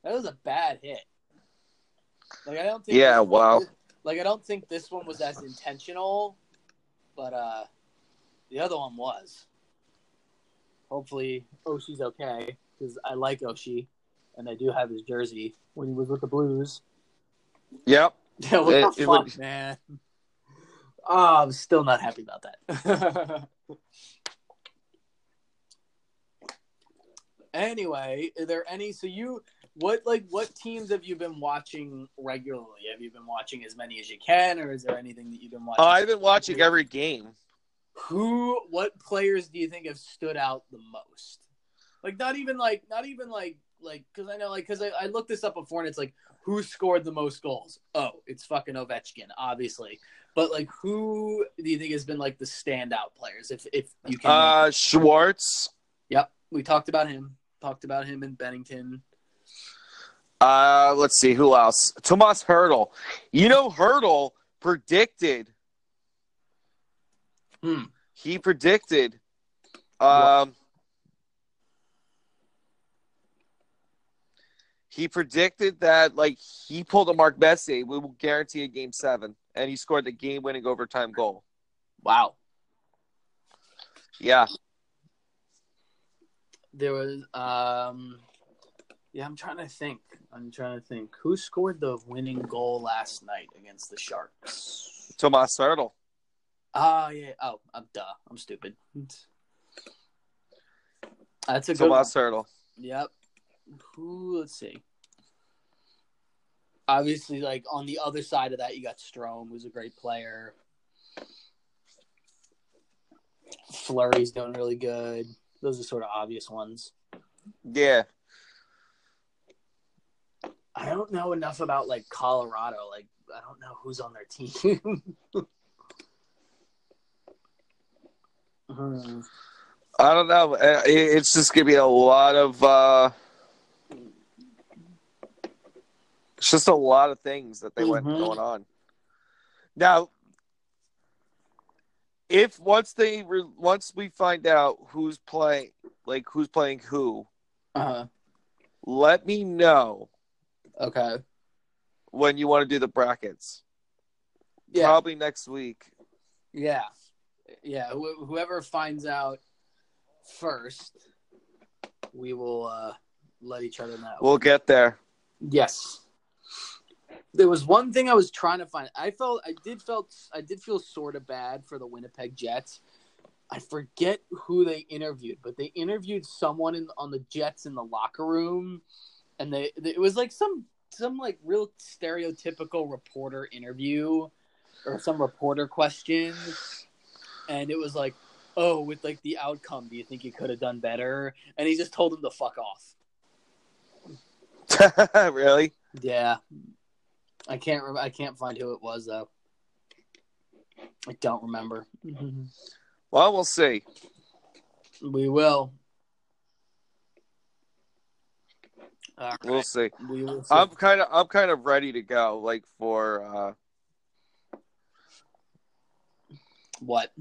Speaker 2: That was a bad hit. Like I don't think
Speaker 1: Yeah,
Speaker 2: this-
Speaker 1: wow.
Speaker 2: Like I don't think this one was as intentional, but uh the other one was. Hopefully Oshie's okay cuz I like Oshie and I do have his jersey when he was with the Blues.
Speaker 1: Yep.
Speaker 2: (laughs) Yeah, what
Speaker 1: It-
Speaker 2: the
Speaker 1: it
Speaker 2: fuck,
Speaker 1: would-
Speaker 2: man? Oh, I'm still not happy about that. (laughs) anyway, are there any? So you, what like what teams have you been watching regularly? Have you been watching as many as you can, or is there anything that you've been watching?
Speaker 1: Oh, I've been watching every game.
Speaker 2: Who? What players do you think have stood out the most? Like not even like not even like like because I know like because I, I looked this up before and it's like who scored the most goals? Oh, it's fucking Ovechkin, obviously. But like, who do you think has been like the standout players? If if you can,
Speaker 1: Uh, Schwartz.
Speaker 2: yep, we talked about him. Talked about him in Bennington.
Speaker 1: Uh, let's see who else. Tomas Hurdle. You know Hurdle predicted.
Speaker 2: Hmm.
Speaker 1: He predicted. Um. He predicted that like he pulled a Mark Bessie, we will guarantee a game seven, and he scored the game-winning overtime goal.
Speaker 2: Wow,
Speaker 1: Yeah,
Speaker 2: there was um, yeah. I'm trying to think. I'm trying to think who scored the winning goal last night against the Sharks.
Speaker 1: Tomas Hurdle.
Speaker 2: Ah, yeah. Oh, I'm duh. I'm stupid. That's a good.
Speaker 1: Tomas Hurdle.
Speaker 2: one. Yep. Who? Let's see. Obviously, like on the other side of that, you got Strom, who's a great player. Flurry's doing really good. Those are sort of obvious ones.
Speaker 1: Yeah.
Speaker 2: I don't know enough about like Colorado. Like, I don't know who's on their team. (laughs) Hmm.
Speaker 1: I don't know. Uh, it- It's just gonna be a lot of. uh It's just a lot of things that they went
Speaker 2: Mhm.
Speaker 1: going on. Now, if once they re- once we find out who's playing, like who's playing who,
Speaker 2: Uh-huh.
Speaker 1: let me know
Speaker 2: Okay.
Speaker 1: when you want to do the brackets.
Speaker 2: Yeah.
Speaker 1: Probably next week.
Speaker 2: Yeah, yeah. Wh- whoever finds out first, we will uh, let each other know.
Speaker 1: We'll get there. (laughs)
Speaker 2: yes. There was one thing I was trying to find. I felt I did felt I did feel sort of bad for the Winnipeg Jets. I forget who they interviewed, but they interviewed someone in, on the Jets in the locker room, and they, they it was like some some like real stereotypical reporter interview or some reporter question, and it was like, oh, with like the outcome, do you think you could have done better? And he just told him to fuck off.
Speaker 1: really?
Speaker 2: Yeah, I can't rem- I can't find who it was though. I don't remember.
Speaker 1: Well, we'll see.
Speaker 2: We will. All right.
Speaker 1: We'll see.
Speaker 2: we will see.
Speaker 1: I'm kind of I'm kind of ready to go like for uh
Speaker 2: what?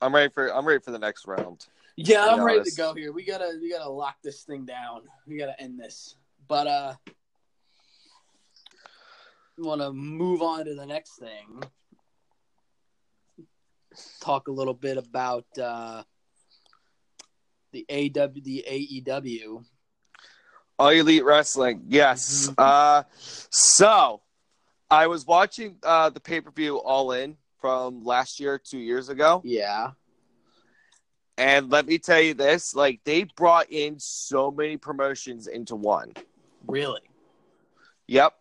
Speaker 1: I'm ready for I'm ready for the next round.
Speaker 2: Yeah,
Speaker 1: To be
Speaker 2: I'm ready to
Speaker 1: honest.
Speaker 2: go here. We gotta we gotta lock this thing down. We gotta end this. But uh wanna move on to the next thing. Talk a little bit about uh the AW the E AEW.
Speaker 1: All Elite Wrestling. Yes. Uh so I was watching uh the pay-per-view All In from last year, 2 years ago,
Speaker 2: Yeah.
Speaker 1: and let me tell you this, like they brought in so many promotions into one.
Speaker 2: Really?
Speaker 1: Yep.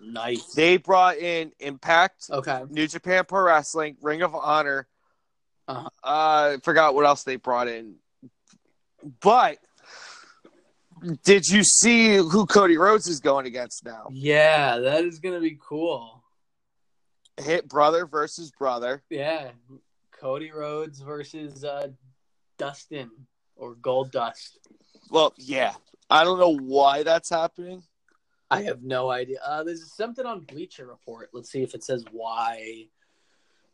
Speaker 2: Nice.
Speaker 1: They brought in Impact,
Speaker 2: Okay.
Speaker 1: New Japan Pro Wrestling, Ring of Honor.
Speaker 2: Uh-huh.
Speaker 1: Uh, forgot what else they brought in. But did you see who Cody Rhodes is going against now?
Speaker 2: Yeah, that is gonna be cool.
Speaker 1: Hit brother versus brother.
Speaker 2: Yeah, Cody Rhodes versus uh, Dustin or Gold Dust.
Speaker 1: Well, yeah. I don't know why that's happening.
Speaker 2: I have no idea. Uh, there's something on Bleacher Report. Let's see if it says why.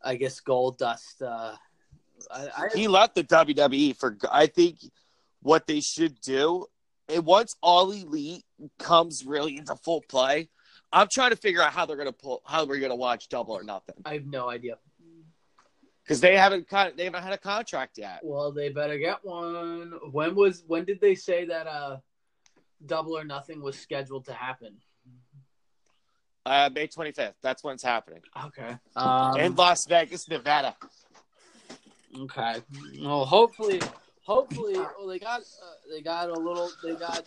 Speaker 2: I guess Gold Dust. Uh, I, I,
Speaker 1: he left the WWE for. I think what they should do, and once All Elite comes really into full play, I'm trying to figure out how they're gonna pull, how we're gonna watch Double or Nothing
Speaker 2: I have no idea.
Speaker 1: because they haven't con- they haven't had a contract yet.
Speaker 2: Well, they better get one. When was when did they say that uh, Double or Nothing was scheduled to happen?
Speaker 1: Uh, May 25th, that's when it's happening
Speaker 2: Okay. Um,
Speaker 1: in Las Vegas, Nevada.
Speaker 2: Okay. Well, hopefully, hopefully, well, they got uh, they got a little they got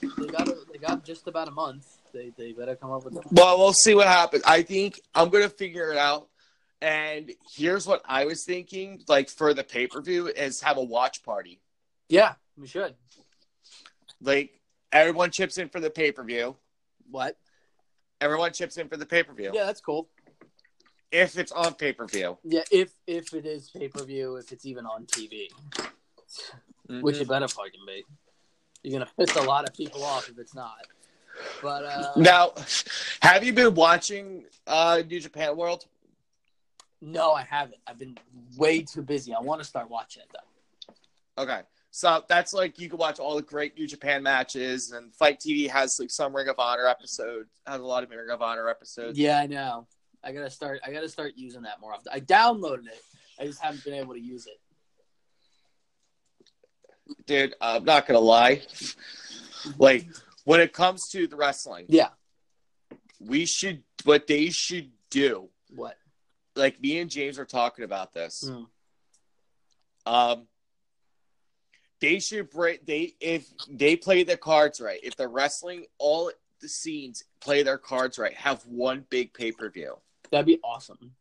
Speaker 2: they got a, they got just about a month. They they better come up with something.
Speaker 1: Well, we'll see what happens. I think I'm gonna figure it out. And here's what I was thinking, like for the pay per view, is have a watch party.
Speaker 2: Yeah, we should.
Speaker 1: Like everyone chips in for the pay per view.
Speaker 2: What?
Speaker 1: Everyone chips in for the pay per view.
Speaker 2: Yeah, that's cool.
Speaker 1: If it's on pay per view,
Speaker 2: Yeah, if if it is pay per view, if it's even on TV,
Speaker 1: Mm-hmm.
Speaker 2: which it better fucking be. You're gonna piss a lot of people off if it's not. But uh,
Speaker 1: now, (laughs) have you been watching uh, New Japan World?
Speaker 2: no, I haven't. I've been way too busy. I want to start watching it though.
Speaker 1: Okay. So that's like you can watch all the great New Japan matches, and Fight TV has like some Ring of Honor episodes, has a lot of Ring of Honor episodes.
Speaker 2: Yeah, I know. I gotta start. I gotta start using that more often. I downloaded it. I just haven't been able to use it.
Speaker 1: Dude, I'm not gonna lie. Like when it comes to the wrestling,
Speaker 2: Yeah.
Speaker 1: we should what they should do.
Speaker 2: What?
Speaker 1: Like me and James are talking about this.
Speaker 2: Hmm.
Speaker 1: Um, they should break. They if they play their cards right, if they're wrestling all the scenes play their cards right, have one big pay per view.
Speaker 2: That'd be awesome.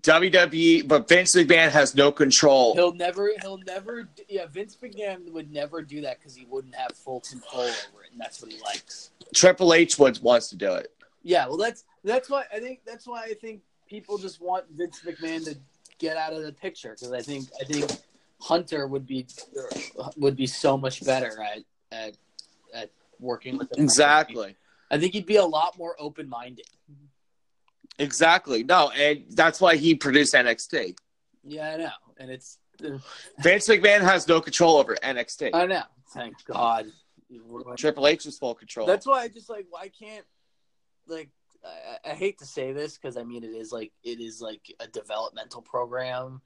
Speaker 1: WWE, E, but Vince McMahon has no control.
Speaker 2: He'll never. He'll never. d- Yeah, Vince McMahon would never do that because he wouldn't have full control over it, and that's what he likes.
Speaker 1: Triple H wants wants to do it.
Speaker 2: Yeah. Well, that's that's why I think that's why I think people just want Vince McMahon to get out of the picture because I think I think Hunter would be would be so much better at at at working with the
Speaker 1: Exactly,
Speaker 2: I think he'd be a lot more open minded.
Speaker 1: exactly. No, and that's why he produced NXT.
Speaker 2: Yeah, I know, and it's
Speaker 1: Vince McMahon has no control over NXT.
Speaker 2: I know. Thank God.
Speaker 1: Triple H is full control.
Speaker 2: That's why I just like why can't like I, I hate to say this because I mean it is like it is like a developmental program,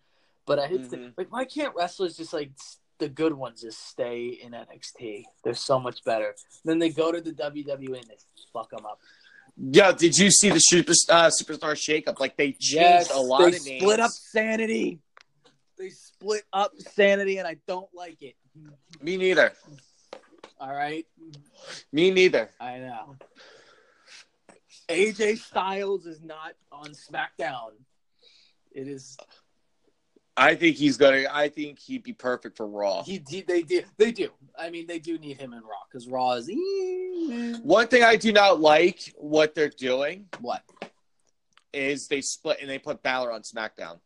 Speaker 2: but I hate to,
Speaker 1: Mhm.
Speaker 2: like why can't wrestlers just like s- the good ones just stay in NXT? They're so much better. Then they go to the WWE and they fuck them up.
Speaker 1: yeah. Did you see the super, uh, superstar shakeup? Like they changed a lot
Speaker 2: they
Speaker 1: of names.
Speaker 2: split up sanity. They split up sanity, and I don't like it.
Speaker 1: Me neither.
Speaker 2: All right.
Speaker 1: Me neither.
Speaker 2: I know. AJ Styles is not on SmackDown. It is
Speaker 1: I think he's gonna. I think he'd be perfect for Raw.
Speaker 2: he. he- They do. They do. I mean, they do need him in Raw because Raw is
Speaker 1: One thing I do not like what they're doing
Speaker 2: what?
Speaker 1: is they split and they put Balor on SmackDown.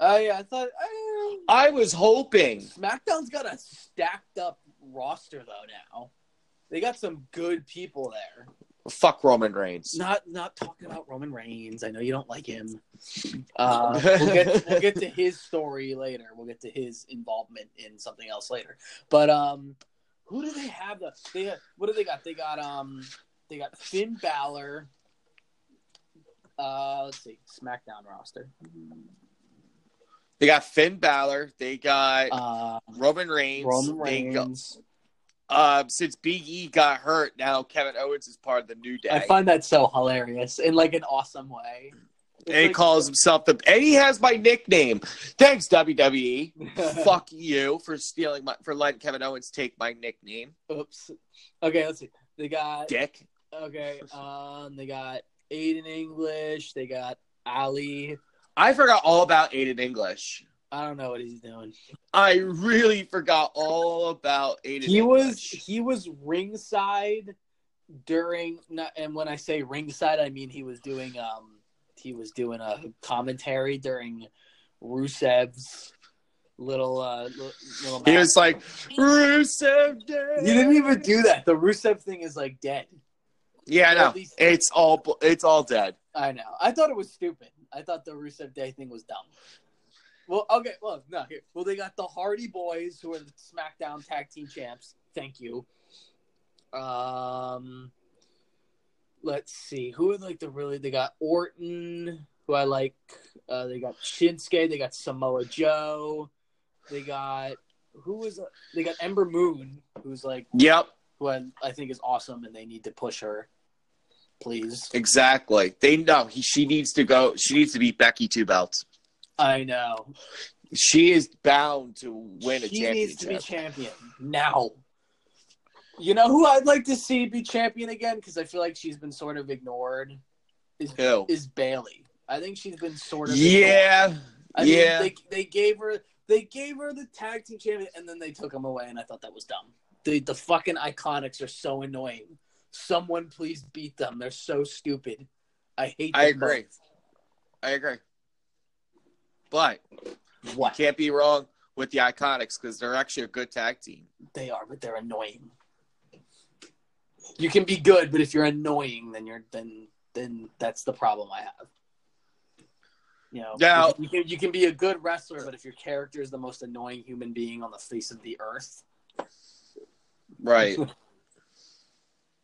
Speaker 2: Oh yeah, I thought I,
Speaker 1: I was hoping.
Speaker 2: SmackDown's got a stacked up roster though now. They got some good people there.
Speaker 1: Fuck Roman Reigns.
Speaker 2: Not not talking about Roman Reigns. I know you don't like him.
Speaker 1: (laughs)
Speaker 2: Uh, (laughs) we'll, get, we'll get to his story later. We'll get to his involvement in something else later. But um, who do they have? The they have, what do they got? They got um, they got Finn Balor. Uh, let's see, SmackDown roster.
Speaker 1: They got Finn Balor. They got
Speaker 2: Uh,
Speaker 1: Roman Reigns.
Speaker 2: Roman
Speaker 1: They got-
Speaker 2: Reigns.
Speaker 1: um, since Big E got hurt, now Kevin Owens is part of the New Day.
Speaker 2: I find that so hilarious in like an awesome way. It's
Speaker 1: he
Speaker 2: like-
Speaker 1: calls himself the, and he has my nickname. Thanks
Speaker 2: (laughs)
Speaker 1: WWE. Fuck you for stealing my, for letting Kevin Owens take my nickname,
Speaker 2: Oops. Okay, let's see. They got
Speaker 1: Dick.
Speaker 2: Okay. Um, they got Aiden English. They got Ali.
Speaker 1: I forgot all about Aiden English.
Speaker 2: I don't know what he's doing.
Speaker 1: I really forgot all about Aiden.
Speaker 2: He was
Speaker 1: English.
Speaker 2: he was ringside during, not- and when I say ringside, I mean he was doing um he was doing a commentary during Rusev's little uh li- little.
Speaker 1: He
Speaker 2: match.
Speaker 1: was like Rusev Day.
Speaker 2: You didn't even do that. The Rusev thing is like dead.
Speaker 1: Yeah,
Speaker 2: Or
Speaker 1: no,
Speaker 2: at least-
Speaker 1: it's all it's all dead.
Speaker 2: I know. I thought it was stupid. I thought the Rusev Day thing was dumb. Well, okay. Well, no. Here. Well, they got the Hardy Boys, who are the SmackDown Tag Team Champs. Thank you. Um, let's see. Who are like the really? They got Orton, who I like. Uh, they got Shinsuke. They got Samoa Joe. They got who was? They got Ember Moon, who's like
Speaker 1: Yep,
Speaker 2: who I, I think is awesome, and they need to push her. Please.
Speaker 1: exactly. They know he, she needs to go. She needs to beat Becky two belts.
Speaker 2: I know.
Speaker 1: She is bound to win a
Speaker 2: he
Speaker 1: championship.
Speaker 2: needs to be champion now. You know who I'd like to see be champion again because I feel like she's been sort of ignored
Speaker 1: Who?
Speaker 2: is Bailey. I think she's been sort of ignored.
Speaker 1: Yeah,
Speaker 2: I mean,
Speaker 1: yeah.
Speaker 2: they they gave her they gave her the tag team champion and then they took him away and I thought that was dumb. The the fucking iconics are so annoying. Someone please beat them. They're so stupid. I hate.
Speaker 1: I
Speaker 2: them
Speaker 1: agree. I agree. But
Speaker 2: both. What
Speaker 1: can't be wrong with the Iconics because they're actually a good tag team.
Speaker 2: they are, but they're annoying. You can be good, but if you're annoying, then you're then then that's the problem I have. You know,
Speaker 1: Now-
Speaker 2: you can, you can be a good wrestler, but if your character is the most annoying human being on the face of the earth,
Speaker 1: Right.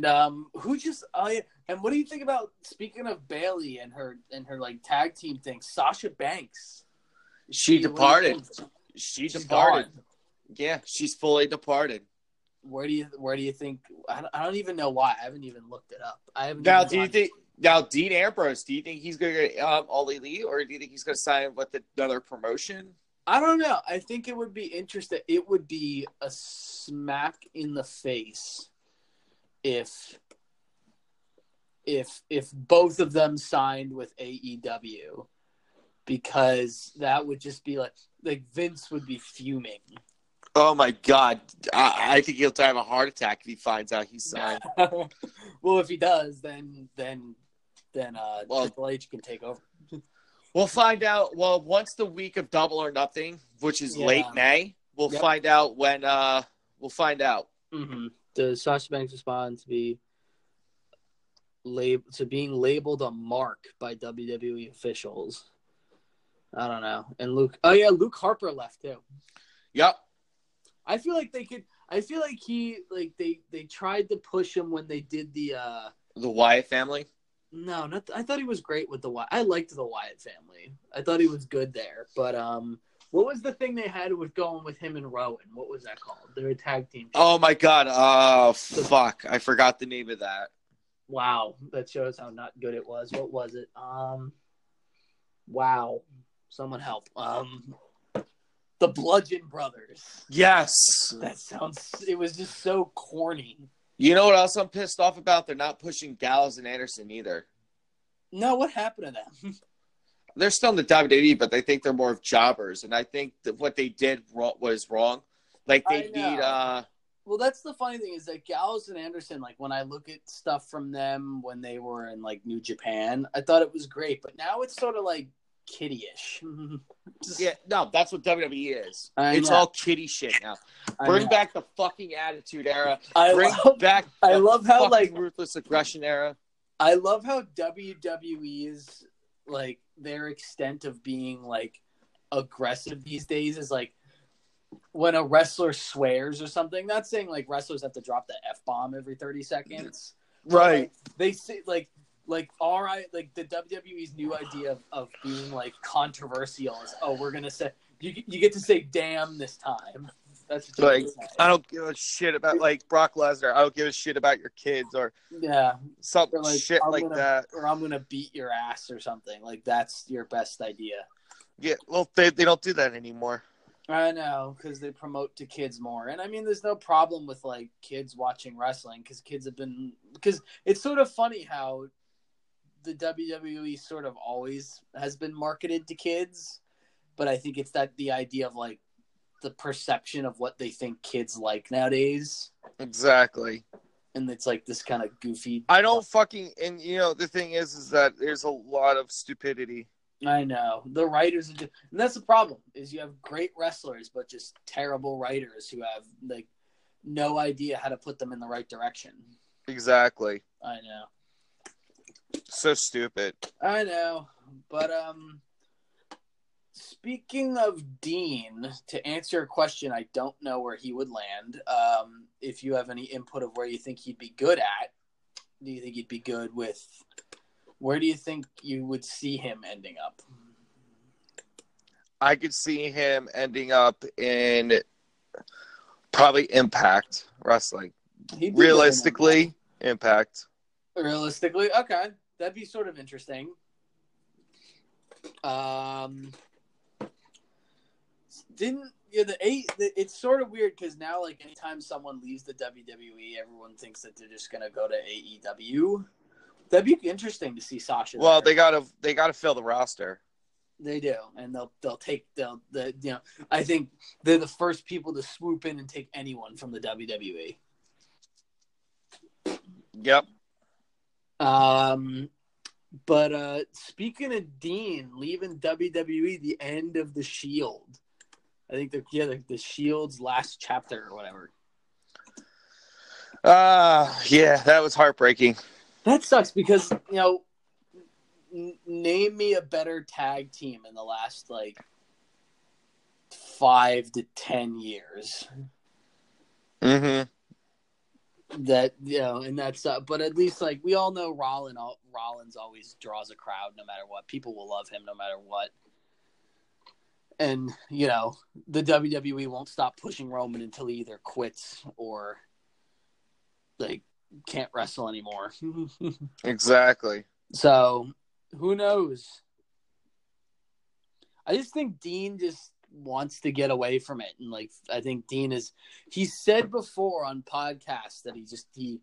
Speaker 2: um, who just I and what do you think about speaking of Bailey and her and her like tag team thing? Sasha Banks, (laughs)
Speaker 1: she departed. She
Speaker 2: She's
Speaker 1: departed.
Speaker 2: gone.
Speaker 1: Yeah, she's fully departed.
Speaker 2: Where do you where do you think? I don't, I don't even know why. I haven't even looked it up. I haven't.
Speaker 1: Now,
Speaker 2: even
Speaker 1: do you
Speaker 2: gone-
Speaker 1: think now Dean Ambrose? Do you think he's going to um, all elite, or do you think he's going to sign with another promotion?
Speaker 2: I don't know. I think it would be interesting. It would be a smack in the face if if if both of them signed with AEW because that would just be like like Vince would be fuming.
Speaker 1: Oh my God! I, I think he'll die of a heart attack if he finds out he's signed.
Speaker 2: well, if he does, then then then uh
Speaker 1: Well-
Speaker 2: Triple H can take over.
Speaker 1: (laughs) we'll find out. Well, once the week of Double or Nothing, which is
Speaker 2: Yeah.
Speaker 1: late May, we'll
Speaker 2: Yep.
Speaker 1: find out when. uh We'll find out.
Speaker 2: Mm-hmm. Does Sasha Banks respond to be lab- to being labeled a mark by WWE officials? I don't know. And Luke, oh yeah, Luke Harper left too.
Speaker 1: Yep.
Speaker 2: I feel like they could. I feel like he like they they tried to push him when they did the uh
Speaker 1: The Wyatt family.
Speaker 2: no not I thought he was great with the Wyatt. I liked the Wyatt family. I thought he was good there. But um, what was the thing they had with going with him and Rowan? What was that called? Their tag team.
Speaker 1: Oh my God! Oh fuck! I forgot the name of that.
Speaker 2: Wow, that shows how not good it was. What was it? Um, wow, someone help. Um, the Bludgeon Brothers.
Speaker 1: Yes.
Speaker 2: That sounds. It was just so corny.
Speaker 1: You know what else I'm pissed off about? They're not pushing Gallows and Anderson either.
Speaker 2: No, what happened to them? (laughs)
Speaker 1: they're still in the WWE, but they think they're more of jobbers. And I think that what they did wro- was wrong. Like
Speaker 2: I
Speaker 1: they
Speaker 2: know.
Speaker 1: need, uh,
Speaker 2: Well, that's the funny thing is that Gallows and Anderson. Like when I look at stuff from them when they were in like New Japan, I thought it was great, but now it's sort of like (laughs) kiddie-ish. Just-
Speaker 1: yeah, no, that's what WWE is.
Speaker 2: I
Speaker 1: it's
Speaker 2: know.
Speaker 1: all kitty shit now.
Speaker 2: I
Speaker 1: Bring
Speaker 2: know.
Speaker 1: back the fucking attitude era.
Speaker 2: I
Speaker 1: Bring
Speaker 2: love,
Speaker 1: back.
Speaker 2: I
Speaker 1: the
Speaker 2: love how
Speaker 1: fucking
Speaker 2: like
Speaker 1: ruthless aggression era.
Speaker 2: I love how WWE's like their extent of being like aggressive these days is like when a wrestler swears or something. Not saying like wrestlers have to drop the f bomb every thirty seconds. Right. They say like like all right like the WWE's new idea of, of being like controversial is oh we're gonna say you you get to say damn this time. That's what you
Speaker 1: Like,
Speaker 2: get to say.
Speaker 1: I don't give a shit about like Brock Lesnar. I don't give a shit about your kids or
Speaker 2: yeah.
Speaker 1: some
Speaker 2: They're like,
Speaker 1: shit
Speaker 2: I'm
Speaker 1: like
Speaker 2: gonna-
Speaker 1: that.
Speaker 2: Or I'm gonna beat your ass or something. Like that's your best idea.
Speaker 1: Yeah, well, they, they don't do that anymore.
Speaker 2: I know because they promote to kids more, and I mean, there's no problem with like kids watching wrestling because kids have been because it's sort of funny how the WWE sort of always has been marketed to kids, but I think it's that the idea of like the perception of what they think kids like nowadays,
Speaker 1: Exactly.
Speaker 2: and it's like this kind of goofy.
Speaker 1: I don't fucking and you know the thing is is that there's a lot of stupidity
Speaker 2: I know the writers, are just, and that's the problem is you have great wrestlers, but just terrible writers who have like no idea how to put them in the right direction.
Speaker 1: Exactly.
Speaker 2: I know.
Speaker 1: So stupid.
Speaker 2: I know. But um speaking of Dean, to answer a question I don't know where he would land, um, if you have any input of where you think he'd be good at, do you think he'd be good with where do you think you would see him ending up?
Speaker 1: I could see him ending up in probably Impact Wrestling.
Speaker 2: He'd be good in
Speaker 1: Realistically, Impact.
Speaker 2: that. Realistically, okay. That'd be sort of interesting. Um didn't yeah the eight the, it's sort of weird because now like anytime someone leaves the WWE everyone thinks that they're just gonna go to AEW. That'd be interesting to see Sasha.
Speaker 1: Well,
Speaker 2: there.
Speaker 1: they gotta they gotta fill the roster.
Speaker 2: They do, and they'll they'll take they'll the you know I think they're the first people to swoop in and take anyone from the E. WWE.
Speaker 1: Yep.
Speaker 2: Um, but uh, speaking of Dean leaving WWE, the end of the Shield. I think the yeah the, the Shield's last chapter or whatever.
Speaker 1: Uh yeah, that was heartbreaking.
Speaker 2: That sucks because you know, n- name me a better tag team in the last like five to ten years.
Speaker 1: Mm-hmm.
Speaker 2: that you know, and that's uh, but at least like we all know Rollins, al- Rollins always draws a crowd no matter what. People will love him no matter what. And you know the WWE won't stop pushing Roman until he either quits or like can't wrestle anymore. (laughs)
Speaker 1: Exactly.
Speaker 2: so who knows? I just think Dean just wants to get away from it, and like I think Dean is. He said before on podcasts that he just he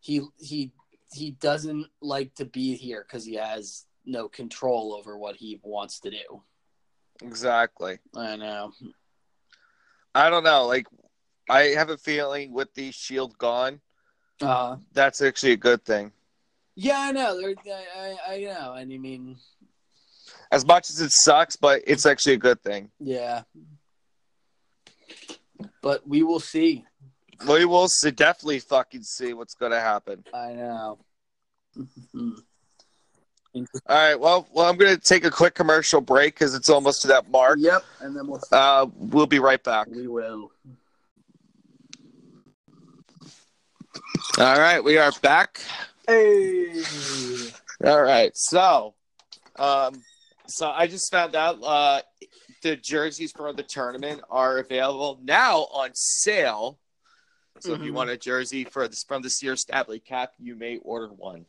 Speaker 2: he he he doesn't like to be here because he has no control over what he wants to do.
Speaker 1: Exactly.
Speaker 2: I know.
Speaker 1: I don't know. Like I have a feeling with the shield gone,
Speaker 2: Uh,
Speaker 1: that's actually a good thing.
Speaker 2: yeah, I know. There, I, I, I know, and I mean,
Speaker 1: As much as it sucks, but it's actually a good thing.
Speaker 2: yeah. But we will see.
Speaker 1: We will see, definitely fucking see what's gonna happen.
Speaker 2: I know. (laughs)
Speaker 1: All right. Well, well, I'm gonna take a quick commercial break because it's almost to that mark.
Speaker 2: Yep, and then we'll
Speaker 1: Uh, we'll be right back.
Speaker 2: we will.
Speaker 1: All right, we are back.
Speaker 2: Hey.
Speaker 1: All right. So, um, so I just found out uh, the jerseys for the tournament are available now on sale. So if you
Speaker 2: Mhm.
Speaker 1: want a jersey for this from this year's Stabley Cap, you may order one.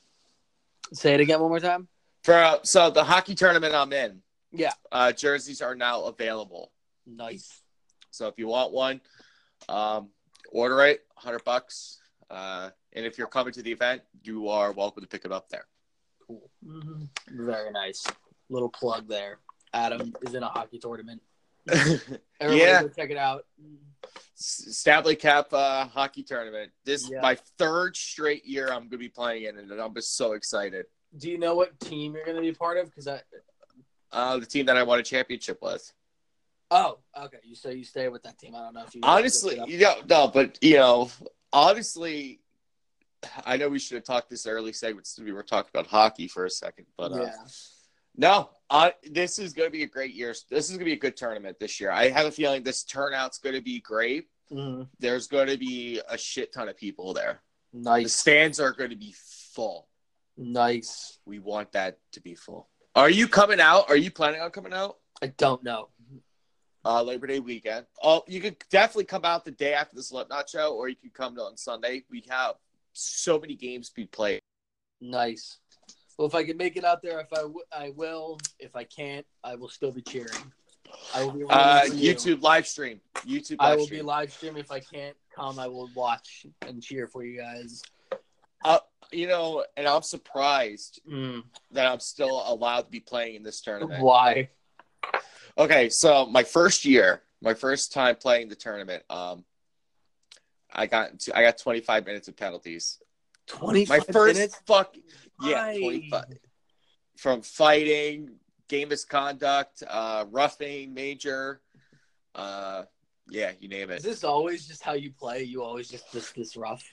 Speaker 2: Say it again one more time.
Speaker 1: For uh, so the hockey tournament I'm in,
Speaker 2: Yeah.
Speaker 1: uh, jerseys are now available.
Speaker 2: Nice.
Speaker 1: So if you want one, um, order it, hundred bucks. Uh, and if you're coming to the event, you are welcome to pick it up there.
Speaker 2: Cool. Very nice. Little plug there. Adam is in a hockey tournament. Everybody
Speaker 1: Yeah.
Speaker 2: go check it out.
Speaker 1: Stabley Cap uh, hockey tournament. This
Speaker 2: Yeah.
Speaker 1: my third straight year I'm gonna be playing in it, and I'm just so excited.
Speaker 2: Do you know what team you're going to be part of? Because I.
Speaker 1: Uh, the team that I won a championship with.
Speaker 2: Oh, okay. You so you stay with that team. I don't know if you
Speaker 1: Honestly, you know, no, but you know, honestly, I know we should have talked this early segment since we were talking about hockey for a second, but uh,
Speaker 2: Yeah.
Speaker 1: no, I, this is gonna be a great year. This is gonna be a good tournament this year. I have a feeling this turnout's gonna be great.
Speaker 2: Mhm.
Speaker 1: There's gonna be a shit ton of people there. The
Speaker 2: Nice,
Speaker 1: stands are gonna be full.
Speaker 2: nice.
Speaker 1: we want that to be full. Are you coming out? Are you planning on coming out?
Speaker 2: I don't know.
Speaker 1: Uh, Labor Day weekend. Oh, you could definitely come out the day after the Slipknot show, or you could come on Sunday. We have so many games to be played.
Speaker 2: Nice. Well, if I can make it out there, if I, w- I will. If I can't, I will still be cheering. I will be rooting
Speaker 1: Uh,
Speaker 2: for you.
Speaker 1: YouTube live stream. YouTube. Live
Speaker 2: I will be
Speaker 1: stream.
Speaker 2: live streaming. If I can't come, I will watch and cheer for you guys.
Speaker 1: you know, and I'm surprised that I'm still allowed to be playing in this tournament.
Speaker 2: Why?
Speaker 1: Okay, so my first year, my first time playing the tournament, um, I got I got 25 minutes of penalties.
Speaker 2: Twenty
Speaker 1: My
Speaker 2: five
Speaker 1: first
Speaker 2: minutes.
Speaker 1: fuck yeah,
Speaker 2: Why?
Speaker 1: 25. from fighting, game misconduct, uh, roughing, major, uh, Yeah, you name
Speaker 2: Is
Speaker 1: it.
Speaker 2: this always just how you play? You always just this this rough?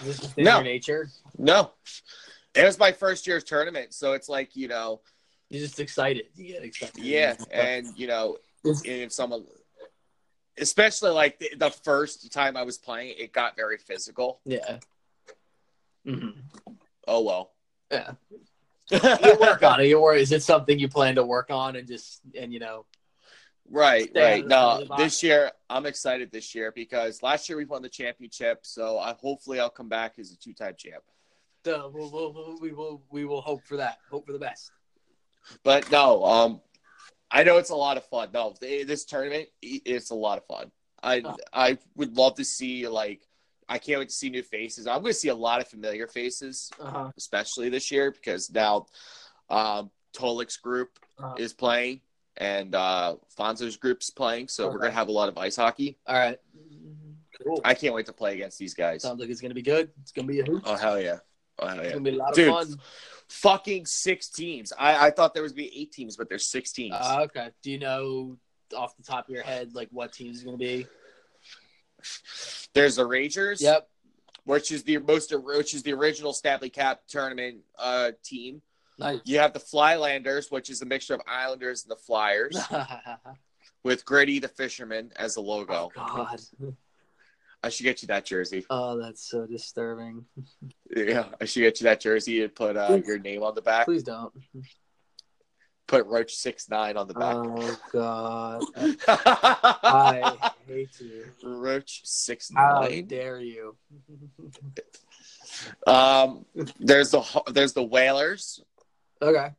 Speaker 2: Is this just in
Speaker 1: No.
Speaker 2: your nature?
Speaker 1: No, it was my first year's tournament, so it's like you know,
Speaker 2: You're just excited. You get excited.
Speaker 1: yeah, and you know, if someone, especially like the, the first time I was playing, it got very physical.
Speaker 2: yeah. Mhm.
Speaker 1: Oh well. (laughs)
Speaker 2: Yeah. You work on it. You work. Is it something you plan to work on and just and you know?
Speaker 1: Right,
Speaker 2: Stay out
Speaker 1: right.
Speaker 2: of the- out
Speaker 1: No,
Speaker 2: of the
Speaker 1: this
Speaker 2: box.
Speaker 1: year I'm excited this year because last year we won the championship, so I hopefully I'll come back as a two-time champ.
Speaker 2: So we'll, we'll, we'll, we will we will hope for that. Hope for the best.
Speaker 1: But no, um, I know it's a lot of fun. No, th- this tournament i- it's a lot of fun. I
Speaker 2: Oh.
Speaker 1: I would love to see like I can't wait to see new faces. I'm going to see a lot of familiar faces,
Speaker 2: Uh huh.
Speaker 1: especially this year because now um, Tolik's group
Speaker 2: Uh-huh.
Speaker 1: is playing and uh, Fonzo's group's playing, so we're
Speaker 2: Okay.
Speaker 1: going to have a lot of ice hockey.
Speaker 2: All right. Cool.
Speaker 1: I can't wait to play against these guys.
Speaker 2: Sounds like it's gonna be good. It's gonna be a hoot.
Speaker 1: Oh hell yeah! Oh hell
Speaker 2: It's
Speaker 1: yeah!
Speaker 2: gonna be a lot of
Speaker 1: Dude.
Speaker 2: fun.
Speaker 1: Fucking six teams. I, I thought there was gonna be eight teams, but there's six teams.
Speaker 2: Uh, okay. Do you know off the top of your head like what teams is gonna be?
Speaker 1: there's the Ragers,
Speaker 2: Yep.
Speaker 1: which is the most which is the original Stanley Cup tournament uh, team.
Speaker 2: Nice.
Speaker 1: You have the Flylanders, which is a mixture of Islanders and the
Speaker 2: (laughs)
Speaker 1: Flyers, with Gritty the Fisherman as the
Speaker 2: oh
Speaker 1: logo.
Speaker 2: God.
Speaker 1: I should get you that jersey.
Speaker 2: Oh, that's so disturbing.
Speaker 1: Yeah, I should get you that jersey and put uh,
Speaker 2: Please.
Speaker 1: your name on the back.
Speaker 2: Please don't.
Speaker 1: Put Roach six nine on the back.
Speaker 2: Oh
Speaker 1: (laughs)
Speaker 2: God. Uh, I hate you.
Speaker 1: Roach six
Speaker 2: How
Speaker 1: nine.
Speaker 2: dare you?
Speaker 1: Um, there's the Ho- there's the Whalers.
Speaker 2: Okay.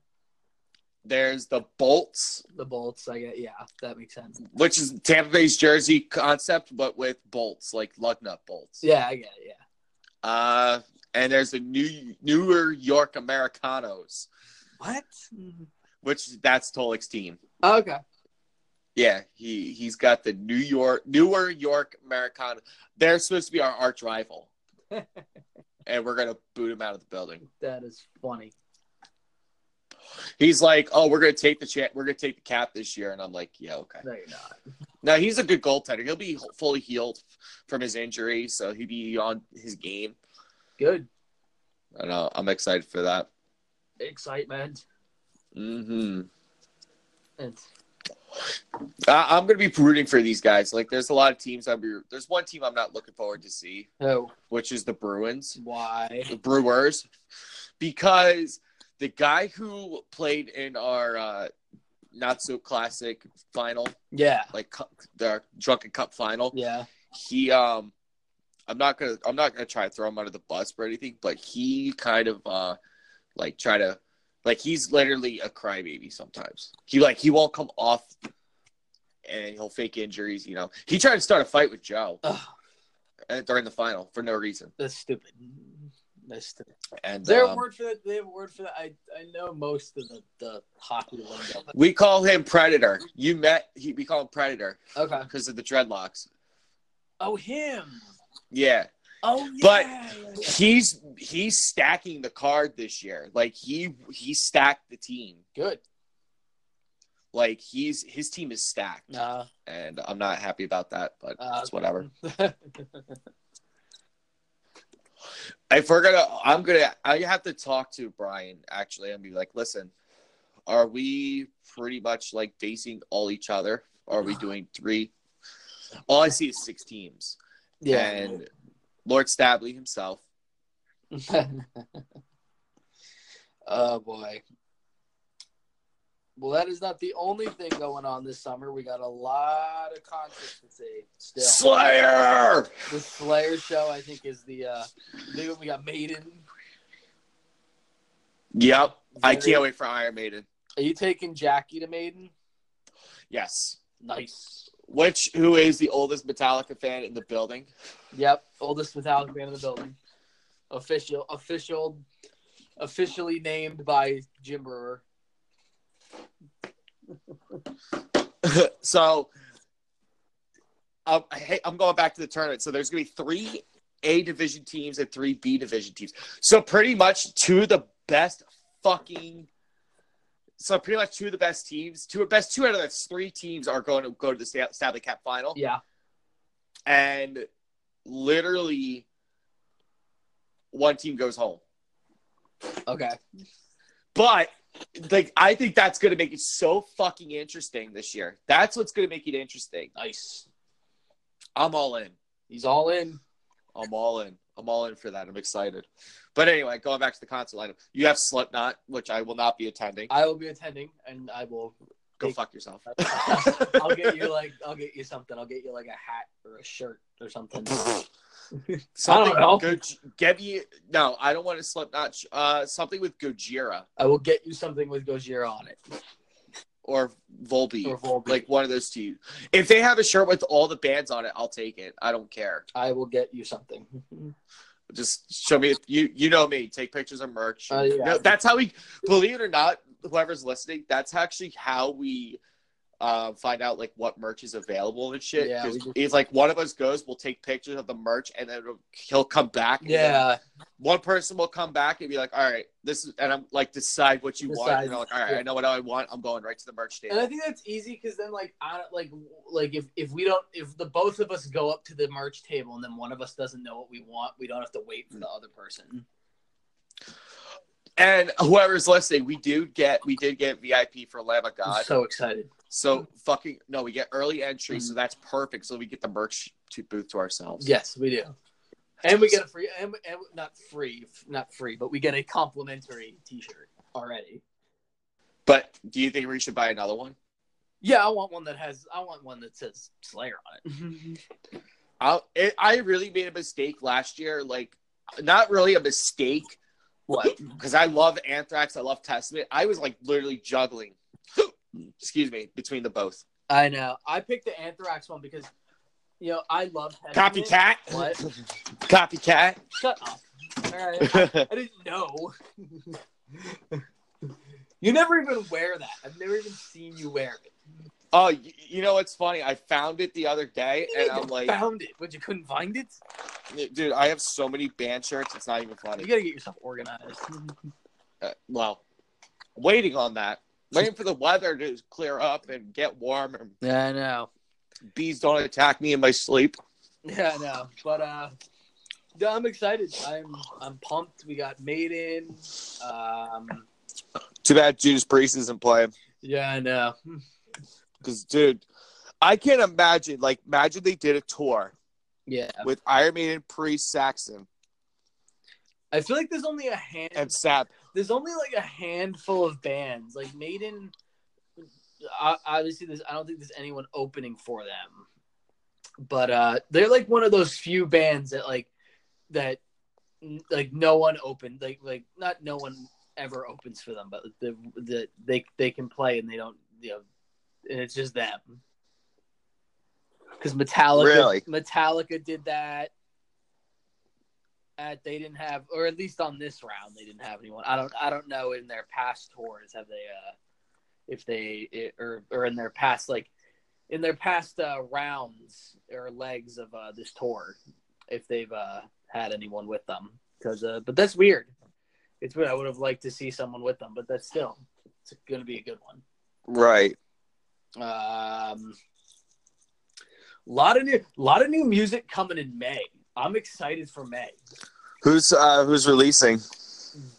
Speaker 1: There's the Bolts,
Speaker 2: The bolts. I get. Yeah, that makes sense.
Speaker 1: which is Tampa Bay's jersey concept, but with bolts like lug nut bolts.
Speaker 2: Yeah, I get. It, yeah.
Speaker 1: Uh, and there's the New Newer York Americanos,
Speaker 2: What?
Speaker 1: which that's Tolik's team.
Speaker 2: Okay.
Speaker 1: Yeah, he he's got the New York Newer York Americano. They're supposed to be our arch rival, and we're gonna boot him out of the building.
Speaker 2: That is funny.
Speaker 1: He's like, "Oh, we're gonna take the cha- we're gonna take the cap this year," and I'm like, "Yeah, okay."
Speaker 2: No, you're not.
Speaker 1: No, he's a good goaltender. He'll be fully healed from his injury, so he'll be on his game.
Speaker 2: Good
Speaker 1: I know. I'm excited for that.
Speaker 2: excitement.
Speaker 1: hmm
Speaker 2: And
Speaker 1: I, I'm going to be rooting for these guys. Like, there's a lot of teams. I'm be, there's one team I'm not looking forward to see,
Speaker 2: oh,
Speaker 1: which is the Bruins,
Speaker 2: why?
Speaker 1: the Brewers, because the guy who played in our uh, not so classic final,
Speaker 2: Yeah.
Speaker 1: like cu- the Drunken Cup final,
Speaker 2: Yeah.
Speaker 1: he um i'm not gonna i'm not gonna try to throw him under the bus or anything but he kind of uh like try to like he's literally a crybaby sometimes he like he won't come off and he'll fake injuries you know he tried to start a fight with joe
Speaker 2: Ugh,
Speaker 1: uh, during the final for no reason
Speaker 2: that's stupid. That's stupid.
Speaker 1: and
Speaker 2: Is there a
Speaker 1: um,
Speaker 2: word for that? They have a word for that. I I know most of the the hockey lingo. but-
Speaker 1: we call him predator you met he, we call him predator
Speaker 2: Okay.
Speaker 1: because of the dreadlocks
Speaker 2: Oh him.
Speaker 1: yeah
Speaker 2: Oh
Speaker 1: But-
Speaker 2: yeah. yeah, yeah.
Speaker 1: he's he's stacking the card this year like he he stacked the team
Speaker 2: good.
Speaker 1: like he's his team is stacked
Speaker 2: Nah. (laughs)
Speaker 1: and i'm not happy about that but
Speaker 2: Uh,
Speaker 1: it's whatever if we're gonna i'm gonna i have to talk to brian actually and be like listen are we pretty much like facing all each other are
Speaker 2: (sighs)
Speaker 1: we doing three all i see is six teams
Speaker 2: yeah.
Speaker 1: and lord stabley himself
Speaker 2: (laughs) oh boy. Well, that is not the only thing going on this summer. We got a lot of concerts to see. Still,
Speaker 1: slayer
Speaker 2: the Slayer show I think is the uh, big one. We got Maiden.
Speaker 1: yep i
Speaker 2: Very-
Speaker 1: can't wait for iron maiden
Speaker 2: Are you taking Jackie to Maiden?
Speaker 1: yes
Speaker 2: Nice.
Speaker 1: which who is the oldest metallica fan in the building
Speaker 2: Yep, oldest metallic band in the building. Official, official, officially named by Jim Brewer.
Speaker 1: so um, hey, I'm going back to the tournament. So there's going to be three A division teams and three B division teams. So pretty much two of the best fucking. So pretty much two of the best teams, two best two out of the three teams are going to go to the Sta- Stanley Cup final,
Speaker 2: Yeah,
Speaker 1: and literally one team goes home.
Speaker 2: Okay.
Speaker 1: But like I think that's going to make it so fucking interesting this year. That's what's going to make it interesting.
Speaker 2: Nice.
Speaker 1: I'm all in.
Speaker 2: He's all in.
Speaker 1: I'm all in. I'm all in for that. I'm excited. But anyway, going back to the concert lineup, you have Slipknot, which I will not be attending.
Speaker 2: I will be attending, and I will.
Speaker 1: Go fuck yourself.
Speaker 2: I'll get you like I'll get you something. I'll get you like a hat or a shirt or something.
Speaker 1: Something
Speaker 2: I don't know.
Speaker 1: Go, get me no. I don't want to Slipknot. sh- Uh, something with Gojira
Speaker 2: I will get you something with Gojira on it.
Speaker 1: or Volbeat,
Speaker 2: Or Volbeat.
Speaker 1: like one of those two. If they have a shirt with all the bands on it, I'll take it. I don't care.
Speaker 2: I will get
Speaker 1: (laughs)
Speaker 2: you something.
Speaker 1: Just show me. You you know me. Take pictures of merch.
Speaker 2: Uh, yeah.
Speaker 1: No, that's how we. Believe it or not, whoever's listening, that's actually how we. Uh, find out like what merch is available and shit.
Speaker 2: Yeah,
Speaker 1: 'Cause
Speaker 2: we just-
Speaker 1: it's like one of us goes, we'll take pictures of the merch, and then it'll- he'll come back. and then
Speaker 2: Yeah.
Speaker 1: one person will come back and be like, "All right, this is," and I'm like, "Decide what you want."
Speaker 2: Decide.
Speaker 1: And I'm like, "All right, I know what I want. I'm going right to the merch
Speaker 2: And I
Speaker 1: stand."
Speaker 2: think that's easy because then, like, I don't, like, like if if we don't, if the both of us go up to the merch table and then one of us doesn't know what we want, we don't have to wait for the other person.
Speaker 1: And whoever's listening, we do get we did get VIP for Lamb of
Speaker 2: I'm
Speaker 1: God.
Speaker 2: so Mm-hmm. excited.
Speaker 1: So fucking no, we get early entry, so that's perfect. So we get the merch to booth to ourselves.
Speaker 2: Yes, we do. And we get a free, and, and not free, not free, but we get a complimentary T-shirt already.
Speaker 1: But do you think we should buy another one?
Speaker 2: Yeah, I want one that has, I want one that says Slayer on it. (laughs)
Speaker 1: I it, I really made a mistake last year. Like, not really a mistake,
Speaker 2: what?
Speaker 1: because I love Anthrax. I love Testament. I was like literally juggling. (gasps) Excuse me, between the both.
Speaker 2: I know. I picked the Anthrax one because, you know, I love Testament.
Speaker 1: Copycat.
Speaker 2: What?
Speaker 1: Copycat. (laughs)
Speaker 2: Shut up. All right. I didn't know. you never even wear that. I've never even seen you wear it.
Speaker 1: oh, y- you know what's funny? I found it the other day, and I'm
Speaker 2: you
Speaker 1: like,
Speaker 2: found it, but you couldn't find it.
Speaker 1: dude, I have so many band shirts. It's not even
Speaker 2: You
Speaker 1: funny.
Speaker 2: gotta get yourself (laughs) organized.
Speaker 1: Uh, well, waiting on that, waiting for the weather to clear up and get warm, and
Speaker 2: Yeah, I know.
Speaker 1: bees don't attack me in my sleep.
Speaker 2: Yeah, I know. But uh, no, I'm excited. I'm I'm pumped. We got Maiden. Um,
Speaker 1: Too bad Judas Priest isn't playing,
Speaker 2: yeah, I know.
Speaker 1: because dude, I can't imagine. Like, imagine they did a tour
Speaker 2: Yeah,
Speaker 1: with Iron Maiden, Priest, Saxon,
Speaker 2: I feel like there's only a hand.
Speaker 1: and Sap.
Speaker 2: there's only like a handful of bands like Maiden. o- Obviously, there's I don't think there's anyone opening for them, but uh, they're like one of those few bands that like that n- like no one opened like like not no one ever opens for them, but the, the they they can play and they don't you know and it's just them. Because Metallica,
Speaker 1: Really?
Speaker 2: Metallica did that. At they didn't have, or at least on this round, they didn't have anyone. I don't, I don't know in their past tours have they, uh if they it, or or in their past like in their past uh rounds or legs of uh this tour if they've uh had anyone with them because uh but that's weird. It's weird. I would have liked to see someone with them, but that's still it's gonna be a good one.
Speaker 1: Right.
Speaker 2: Um, lot of new, lot of new music coming in May. I'm excited for May.
Speaker 1: Who's uh who's releasing?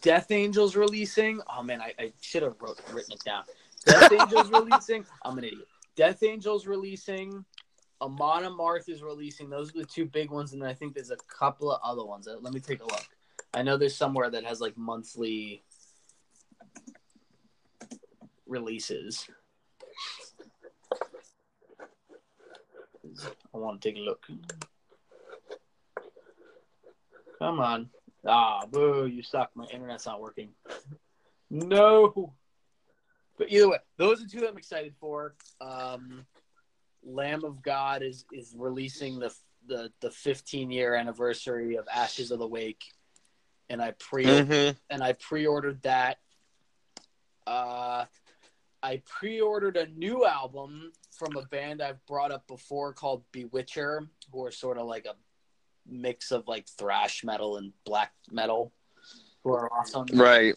Speaker 2: Death Angels releasing. Oh man, I, I should have wrote written it down. Death Angels releasing. I'm an idiot. Death Angels releasing. Amon Amarth is releasing. Those are the two big ones, and I think there's a couple of other ones. Uh, Let me take a look. I know there's somewhere that has like monthly releases. I want to take a look. Come on. Ah, boo, you suck. My internet's not working. No. But either way, those are two I'm excited for. Um, Lamb of God is is releasing the the the 15 year anniversary of Ashes of the Wake, and I pre
Speaker 1: Mm-hmm.
Speaker 2: and I pre-ordered that. Uh, I pre-ordered a new album from a band I've brought up before called Bewitcher, who are sort of like a mix of like thrash metal and black metal, who are awesome.
Speaker 1: Right.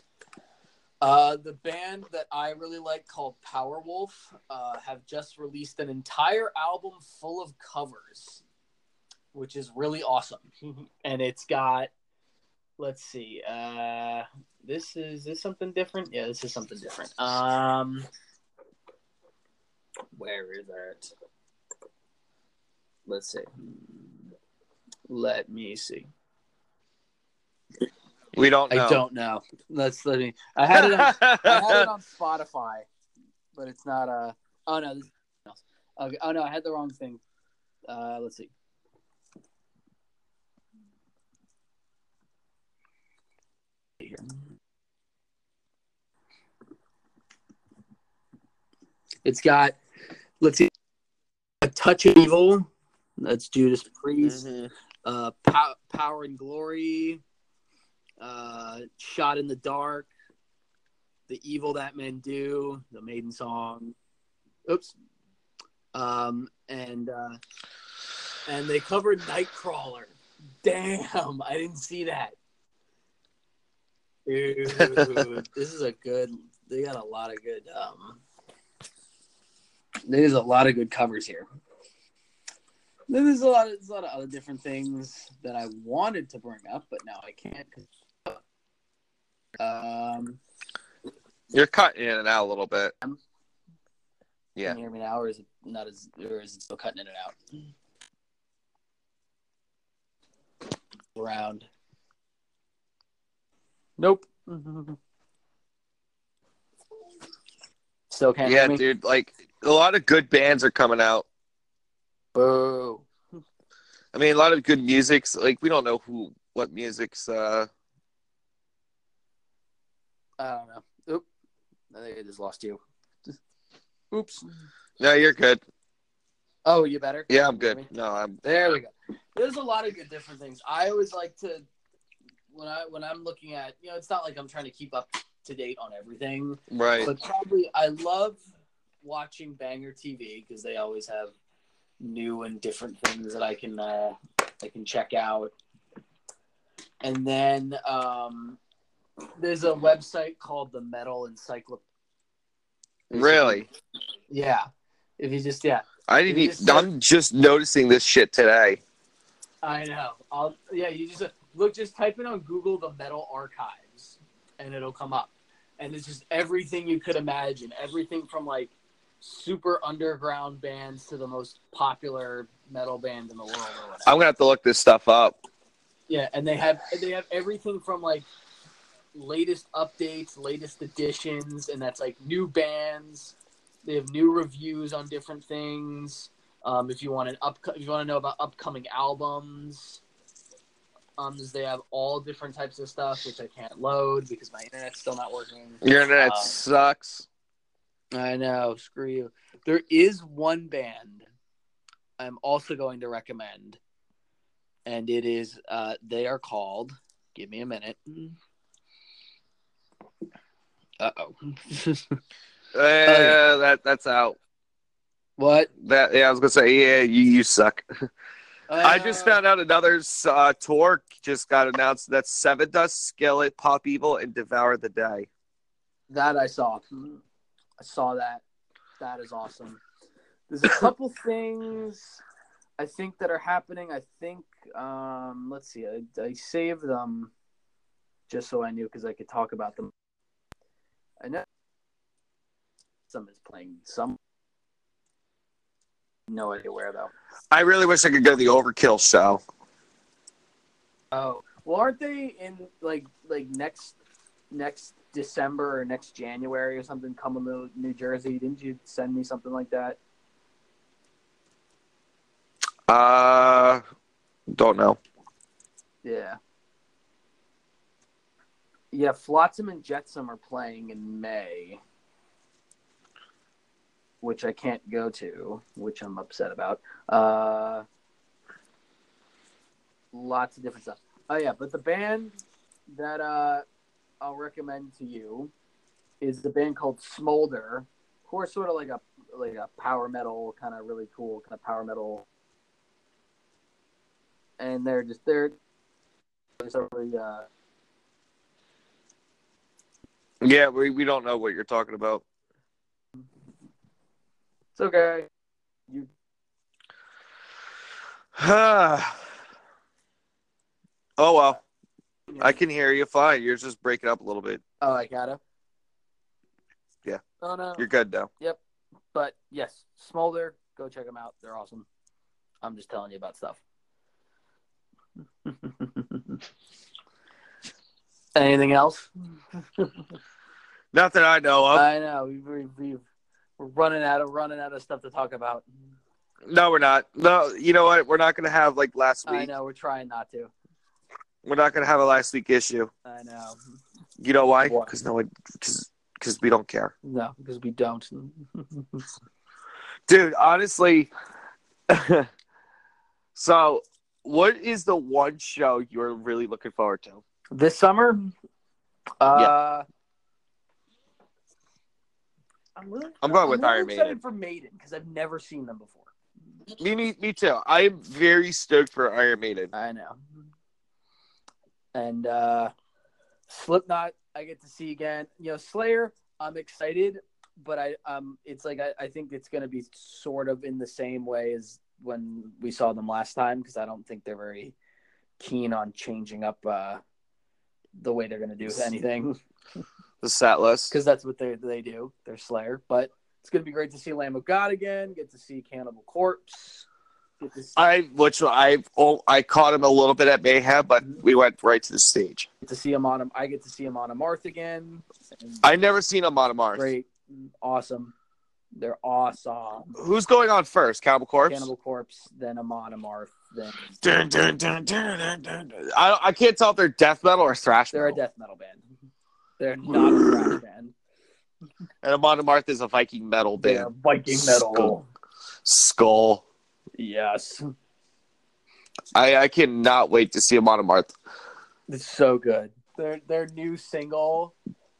Speaker 2: Uh, the band that I really like called Powerwolf uh, have just released an entire album full of covers. which is really awesome. (laughs) and it's got, let's see, uh, this is this something different? Yeah, this is something different. Um, where is it? Let's see. Let me see.
Speaker 1: We don't know.
Speaker 2: I don't know. Let's let me. I had it. On, I had
Speaker 1: (laughs)
Speaker 2: it on Spotify, but it's not. Uh. Oh no. This is something else. Okay. Oh no, I had the wrong thing. Uh, let's see. Here. It's got. Let's see. A touch of evil. That's Judas Priest.
Speaker 1: Mm-hmm.
Speaker 3: Mhm.
Speaker 2: Uh, pow- power and glory uh, Shot in the Dark, The Evil That Men Do, The Maiden Song. Oops. Um, and uh, and they covered Nightcrawler. Damn, I didn't see that. Dude, this is a good. They got a lot of good. Um, there's a lot of good covers here. Then there's a lot of there's a lot of other different things that I wanted to bring up, but now I can't. 'cause- Um,
Speaker 1: You're cutting in and out a little bit. Yeah.
Speaker 2: can you hear me now, or is it not as, or is it still cutting in and out? Round. Nope. (laughs) Still can't
Speaker 1: yeah,
Speaker 2: hear me.
Speaker 1: dude. Like a lot of good bands are coming out.
Speaker 2: Boo.
Speaker 1: I mean, a lot of good music's like we don't know who what music's uh
Speaker 2: I don't know. Oop. I think I just lost you. Oops.
Speaker 1: No, you're good.
Speaker 2: Oh, you better.
Speaker 1: Yeah, I'm
Speaker 2: Can you hear
Speaker 1: good.
Speaker 2: me?
Speaker 1: No, I'm
Speaker 2: There we go. There's a lot of good different things. I always like to when I when I'm looking at you know it's not like I'm trying to keep up to date on everything,
Speaker 1: right.
Speaker 2: but probably I love watching Banger TV because they always have new and different things that I can uh, I can check out. And then um, there's a website called the Metal Encyclopedia.
Speaker 1: Really,
Speaker 2: Yeah, if you just yeah,
Speaker 1: I didn't.
Speaker 2: You
Speaker 1: Even,
Speaker 2: just-
Speaker 1: I'm just noticing this shit today.
Speaker 2: I know. I'll yeah. You just look. Just type in on Google the metal archives, and it'll come up. And it's just everything you could imagine. Everything from like super underground bands to the most popular metal band in the world. Or whatever.
Speaker 1: I'm gonna have to look this stuff up.
Speaker 2: Yeah, and they have they have everything from like latest updates, latest editions, and that's like new bands. They have new reviews on different things. Um, if you want an up, if you want to know about upcoming albums, um, they have all different types of stuff, which I can't load because my internet's still not working.
Speaker 1: Your internet
Speaker 2: Uh,
Speaker 1: sucks.
Speaker 2: I know. Screw you. There is one band I'm also going to recommend, and it is uh, they are called. Give me a minute.
Speaker 1: Mm.
Speaker 2: Uh oh.
Speaker 1: Uh,
Speaker 2: yeah.
Speaker 1: That that's out.
Speaker 2: (laughs) what?
Speaker 1: That yeah, I was gonna say yeah, you you suck. I just
Speaker 2: Uh,
Speaker 1: found out another uh, tour just got announced. That's Seven Dust, Skillet, Pop Evil, and Devour the Day.
Speaker 2: that I saw. I saw that. That is awesome. There's a couple things I think that are happening. I think um, let's see. I, I saved them just so I knew because I could talk about them. I know some is playing some. No idea where though.
Speaker 1: I really wish I could go to the Overkill show.
Speaker 2: Oh well, aren't they in like like next next December or next January or something coming to New Jersey? Didn't you send me something like that?
Speaker 1: Uh, don't know.
Speaker 2: Yeah. Yeah, Flotsam and Jetsam are playing in May, which I can't go to, which I'm upset about. Uh, lots of different stuff. Oh yeah, but the band that uh, I'll recommend to you is the band called Smolder, who are sort of like a like a power metal kind of really cool kind of power metal, and they're just they're it's a really uh,
Speaker 1: Yeah, we, we don't know what you're talking about.
Speaker 2: it's okay. You
Speaker 1: (sighs) oh well,
Speaker 2: Yeah.
Speaker 1: I can hear you fine. You're just breaking up a little bit.
Speaker 2: Oh, I gotta.
Speaker 1: Yeah.
Speaker 2: Oh no.
Speaker 1: You're good now.
Speaker 2: But yes, Smolder, go check them out. They're awesome. I'm just telling you about stuff. (laughs) Anything else?
Speaker 1: Not that I know of.
Speaker 2: I know we, we, we, we're running out of running out of stuff to talk about.
Speaker 1: no, we're not. No, you know what? We're not gonna have like last
Speaker 2: I
Speaker 1: week.
Speaker 2: know we're trying not to.
Speaker 1: We're not gonna have a last week issue.
Speaker 2: I know.
Speaker 1: You know why?
Speaker 2: Why?
Speaker 1: Because no one. Because we don't care,
Speaker 2: No, because we don't. (laughs)
Speaker 1: dude. Honestly. (laughs) so, what is the one show you're really looking forward to?
Speaker 2: this summer, uh, I'm really,
Speaker 1: I'm going with
Speaker 2: really
Speaker 1: Iron Maiden.
Speaker 2: excited for Maiden because I've never seen them before.
Speaker 1: Me, me, me too. I'm very stoked for Iron Maiden.
Speaker 2: I know. And uh Slipknot, I get to see again. You know, Slayer, I'm excited, but I um, it's like I, I think it's going to be sort of in the same way as when we saw them last time because I don't think they're very keen on changing up uh the way they're going to do anything
Speaker 1: The set list.
Speaker 2: because that's what they they do. They're Slayer, but it's going to be great to see Lamb of God again. Get to see Cannibal Corpse. Get to see,
Speaker 1: I which I oh I caught him a little bit at Mayhem, but
Speaker 2: Mm-hmm.
Speaker 1: we went right to the stage.
Speaker 2: get to see him on. I get to see him on Amarth again. And-
Speaker 1: I've never seen him on a Mars.
Speaker 2: great, awesome. They're awesome.
Speaker 1: Who's going on first? Cannibal Corpse.
Speaker 2: Cannibal Corpse, then Amon Amarth, then
Speaker 1: Dun, dun, dun, dun, dun, dun, dun. I don't- I can't tell if they're death metal or thrash
Speaker 2: they're a
Speaker 1: metal.
Speaker 2: death metal band. They're not a thrash band.
Speaker 1: and Amon Amarth is a Viking metal band.
Speaker 2: They're Viking metal.
Speaker 1: Skull. Skull.
Speaker 2: Yes,
Speaker 1: I, I cannot wait to see Amon Amarth.
Speaker 2: it's so good. Their their new single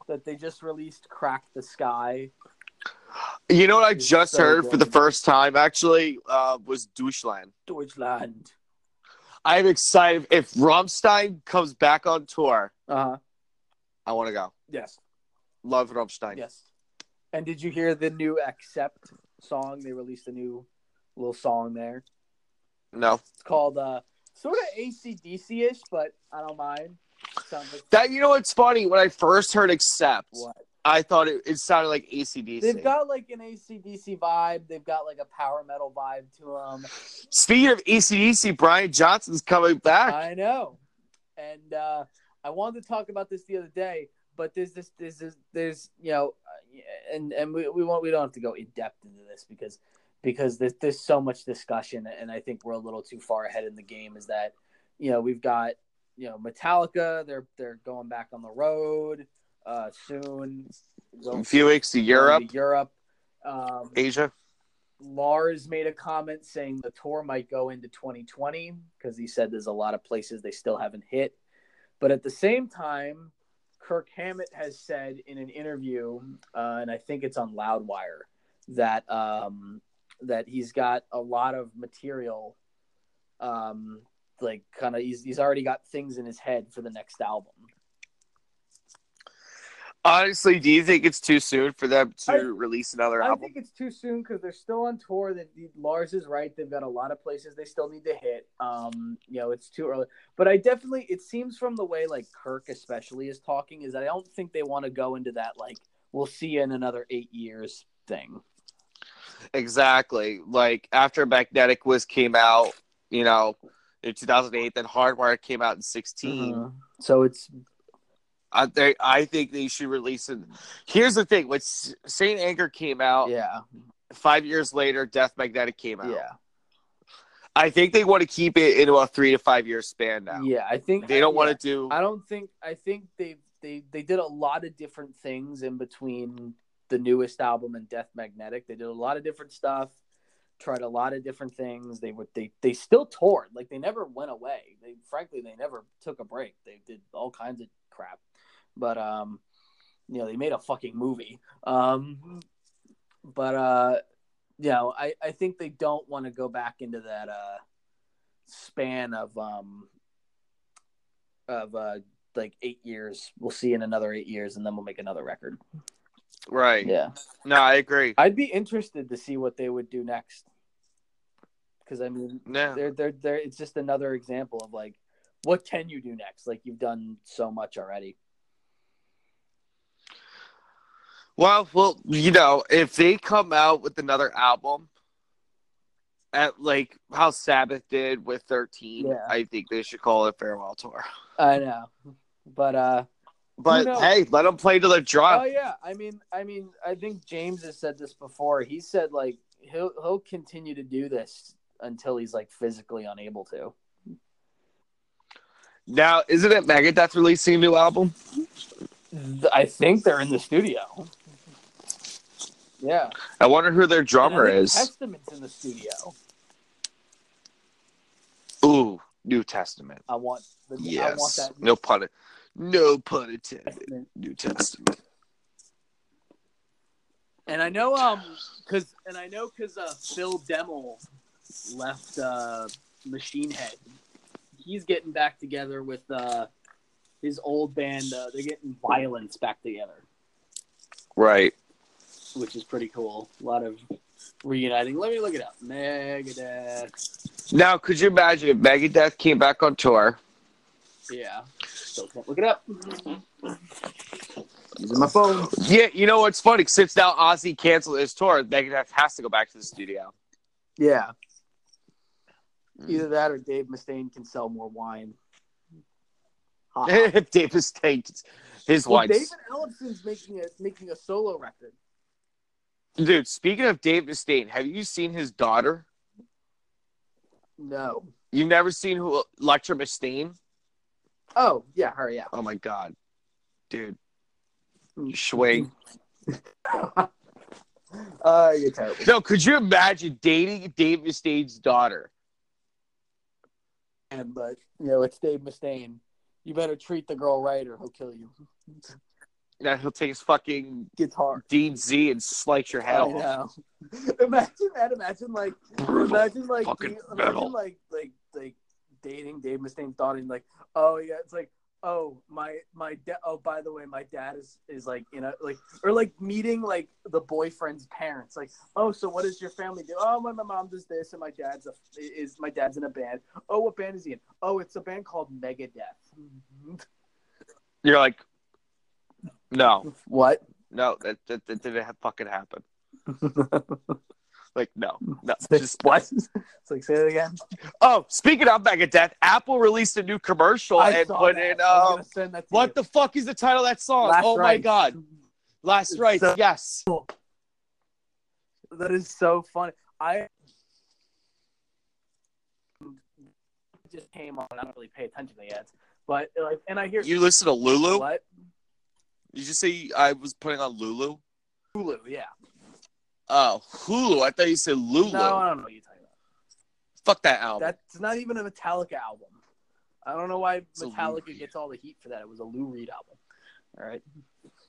Speaker 2: that they just released, "Crack the Sky."
Speaker 1: You know what I
Speaker 2: It's
Speaker 1: just
Speaker 2: so
Speaker 1: heard for
Speaker 2: good.
Speaker 1: the first time actually uh, was Doucheland.
Speaker 2: Deutschland.
Speaker 1: I'm excited. If Rammstein comes back on tour,
Speaker 2: Uh huh.
Speaker 1: I want to go.
Speaker 2: Yes.
Speaker 1: Love Rammstein.
Speaker 2: Yes. And did you hear the new "Accept" song? They released a new little song there.
Speaker 1: No.
Speaker 2: It's called uh, sort of ACDC ish, but I don't mind. Sounds like
Speaker 1: That you know what's funny? When I first heard "Accept,"
Speaker 2: what?
Speaker 1: I thought it, it sounded like ACDC.
Speaker 2: They've got like an ACDC vibe. They've got like a power metal vibe to them.
Speaker 1: Speaking of ACDC, Brian Johnson's coming back.
Speaker 2: I know. And uh, I wanted to talk about this the other day, but there's this, there's this, there's you know, uh, and and we we won't we don't have to go in depth into this because because there's there's so much discussion, and I think we're a little too far ahead in the game. Is that you know we've got you know Metallica, they're they're going back on the road uh, soon.
Speaker 1: a
Speaker 2: Going-
Speaker 1: few weeks to
Speaker 2: going
Speaker 1: Europe,
Speaker 2: to Europe. Um,
Speaker 1: Asia.
Speaker 2: Lars made a comment saying the tour might go into 2020 because he said there's a lot of places they still haven't hit. But at the same time, Kirk Hammett has said in an interview, uh, and I think it's on Loudwire, that um, that he's got a lot of material, um, like kind of he's, he's already got things in his head for the next album.
Speaker 1: Honestly, do you think it's too soon for them to
Speaker 2: I-
Speaker 1: release another
Speaker 2: I
Speaker 1: album?
Speaker 2: think it's too soon because they're still on tour. That Lars is right; they've got a lot of places they still need to hit. Um, you know, it's too early. But I definitely, it seems from the way like Kirk especially is talking, is that I don't think they want to go into that like we'll see you in another eight years thing.
Speaker 1: exactly. Like after Magnetic was came out, you know, in 2008, then Hardwire came out in 16.
Speaker 2: Mm-hmm. So it's
Speaker 1: I, they, I think they should release it. Here's the thing: when S- Saint Anger came out,
Speaker 2: yeah,
Speaker 1: five years later, Death Magnetic came out.
Speaker 2: yeah,
Speaker 1: I think they want to keep it into a three to five year span now.
Speaker 2: yeah. I think
Speaker 1: They don't
Speaker 2: yeah.
Speaker 1: want to do.
Speaker 2: I don't think I think they they they did a lot of different things in between the newest album and Death Magnetic. They did a lot of different stuff, tried a lot of different things. They would they they still toured. Like they never went away. They frankly they never took a break. They did all kinds of crap. But um you know, they made a fucking movie. Um but uh you know, I I think they don't want to go back into that uh span of um of uh like eight years. We'll see in another eight years, and then we'll make another record.
Speaker 1: Right?
Speaker 2: Yeah,
Speaker 1: No, I agree.
Speaker 2: I'd be interested to see what they would do next. because I mean,
Speaker 1: No.
Speaker 2: they're they're they're it's just another example of like, what can you do next? Like you've done so much already.
Speaker 1: Well, well, you know, if they come out with another album, at like how Sabbath did with thirteen,
Speaker 2: Yeah.
Speaker 1: I think they should call it farewell tour.
Speaker 2: I know, but uh,
Speaker 1: But
Speaker 2: knows?
Speaker 1: hey, let them play to their drum.
Speaker 2: oh yeah, I mean, I mean, I think James has said this before. He said like he'll he'll continue to do this until he's like physically unable to.
Speaker 1: Now, isn't it Megadeth releasing a new album?
Speaker 2: Th- I think they're in the studio. Yeah,
Speaker 1: I wonder who their
Speaker 2: And I
Speaker 1: drummer
Speaker 2: think
Speaker 1: is.
Speaker 2: Testament's in the studio.
Speaker 1: Ooh, New Testament.
Speaker 2: I want the I want
Speaker 1: Yes.
Speaker 2: that
Speaker 1: No pun. No pun intended.
Speaker 2: Testament.
Speaker 1: New Testament.
Speaker 2: And I know, um, cause and I know, cause uh, Phil Demmel left uh, Machine Head. He's getting back together with uh, his old band. Uh, they're getting Violence back together,
Speaker 1: Right.
Speaker 2: which is pretty cool. A lot of reuniting. Let me look it up. Megadeth.
Speaker 1: Now, could you imagine if Megadeth came back on tour?
Speaker 2: Yeah. Still can't look it up. Using my phone.
Speaker 1: Yeah, you know what's funny? Since now Ozzy canceled his tour, Megadeth has to go back to the studio.
Speaker 2: Yeah.
Speaker 1: Mm.
Speaker 2: Either that or Dave Mustaine can sell more wine. Ha ha.
Speaker 1: (laughs) If Dave Mustaine, gets- his
Speaker 2: Well,
Speaker 1: wife.
Speaker 2: David Ellison's making a making a solo record.
Speaker 1: Dude, speaking of Dave Mustaine, have you seen his daughter?
Speaker 2: No.
Speaker 1: You've never seen who Electra Mustaine?
Speaker 2: Oh yeah, hurry up.
Speaker 1: Oh my god, dude, swing.
Speaker 2: Uh, you're terrible.
Speaker 1: No, could you imagine dating Dave Mustaine's daughter?
Speaker 2: Man, but you know it's Dave Mustaine. You better treat the girl right, or he'll kill you.
Speaker 1: Now he'll take his fucking
Speaker 2: Guitar.
Speaker 1: Dean Z and slice your head
Speaker 2: I
Speaker 1: off.
Speaker 2: know. (laughs) imagine that. Imagine like. Imagine like.
Speaker 1: Fucking
Speaker 2: you-
Speaker 1: metal.
Speaker 2: imagine like like like dating Dave Mustaine's daughter and like oh yeah it's like oh my my da- oh by the way my dad is is like you know like or like meeting like the boyfriend's parents like oh so what does your family do oh my, my mom does this and my dad's a is my dad's in a band oh what band is he in oh it's a band called
Speaker 1: (laughs)
Speaker 2: Megadeth
Speaker 1: You're like, no,
Speaker 2: what
Speaker 1: no, that, that, that didn't ha- fucking
Speaker 2: (laughs)
Speaker 1: happen. Like, no, no, just
Speaker 2: just what (laughs) it's like say that again
Speaker 1: Oh, speaking of Megadeth, Apple released a new commercial and
Speaker 2: saw
Speaker 1: put
Speaker 2: that.
Speaker 1: in
Speaker 2: I'm gonna
Speaker 1: um,
Speaker 2: send that to
Speaker 1: what
Speaker 2: you.
Speaker 1: the fuck is the title of that song?
Speaker 2: Last
Speaker 1: oh my
Speaker 2: rites.
Speaker 1: god, Last
Speaker 2: It's
Speaker 1: Rites,
Speaker 2: so-
Speaker 1: yes.
Speaker 2: That is so funny. I just came on. I don't really pay attention to the ads, but like, and I hear
Speaker 1: You listen to Lulu?
Speaker 2: What
Speaker 1: Did you say I was putting on Lulu?
Speaker 2: Hulu? Yeah.
Speaker 1: Oh, Hulu. I thought you said Lulu.
Speaker 2: No, uh, I don't know what you're talking
Speaker 1: Fuck that
Speaker 2: about.
Speaker 1: album.
Speaker 2: That's not even a Metallica album. I don't know why
Speaker 1: It's a Lou
Speaker 2: Metallica
Speaker 1: Reed.
Speaker 2: gets all the heat for that. It was a Lou Reed album. All right.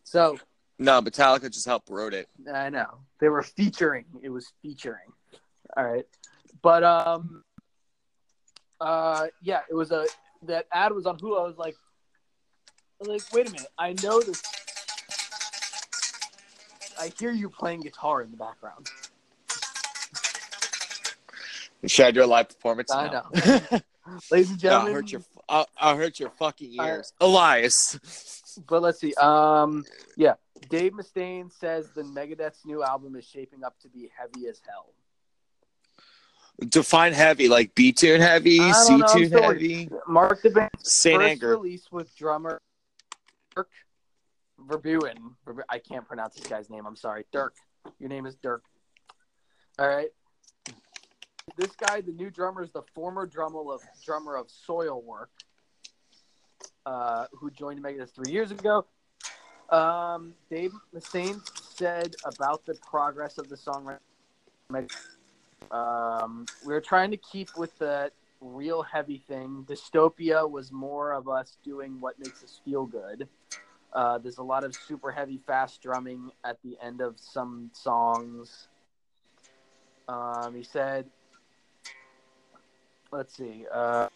Speaker 2: So
Speaker 1: No, Metallica just helped wrote it.
Speaker 2: I know they were featuring. It was featuring. All right, but um, uh, yeah, it was a that ad was on Hulu. I was like, I was like, wait a minute, I know this. I hear you playing guitar in the background.
Speaker 1: Should I do a live performance?
Speaker 2: I
Speaker 1: (laughs) No.
Speaker 2: know, ladies
Speaker 1: I'll
Speaker 2: and gentlemen.
Speaker 1: hurt your. I'll, I'll hurt your fucking
Speaker 2: I-
Speaker 1: ears, Elias. (laughs)
Speaker 2: But let's see. Um, yeah, Dave Mustaine says the Megadeth's new album is shaping up to be heavy as hell.
Speaker 1: Define heavy, like B tune heavy,
Speaker 2: I don't
Speaker 1: C
Speaker 2: know, I'm
Speaker 1: tune
Speaker 2: still-
Speaker 1: heavy,
Speaker 2: Mark the band
Speaker 1: Saint
Speaker 2: first
Speaker 1: Anger.
Speaker 2: release with drummer Dirk Verbuin. Verbu- I can't pronounce this guy's name. I'm sorry, Dirk. Your name is Dirk. All right. This guy, the new drummer, is the former drummer of drummer of Soil Work, uh, who joined Megadeth three years ago. Um, Dave Mustaine said about the progress of the songwriter. Um, we were trying to keep with the real heavy thing. Dystopia was more of us doing what makes us feel good. Uh, there's a lot of super heavy, fast drumming at the end of some songs. Um, he said, let's see. Uh,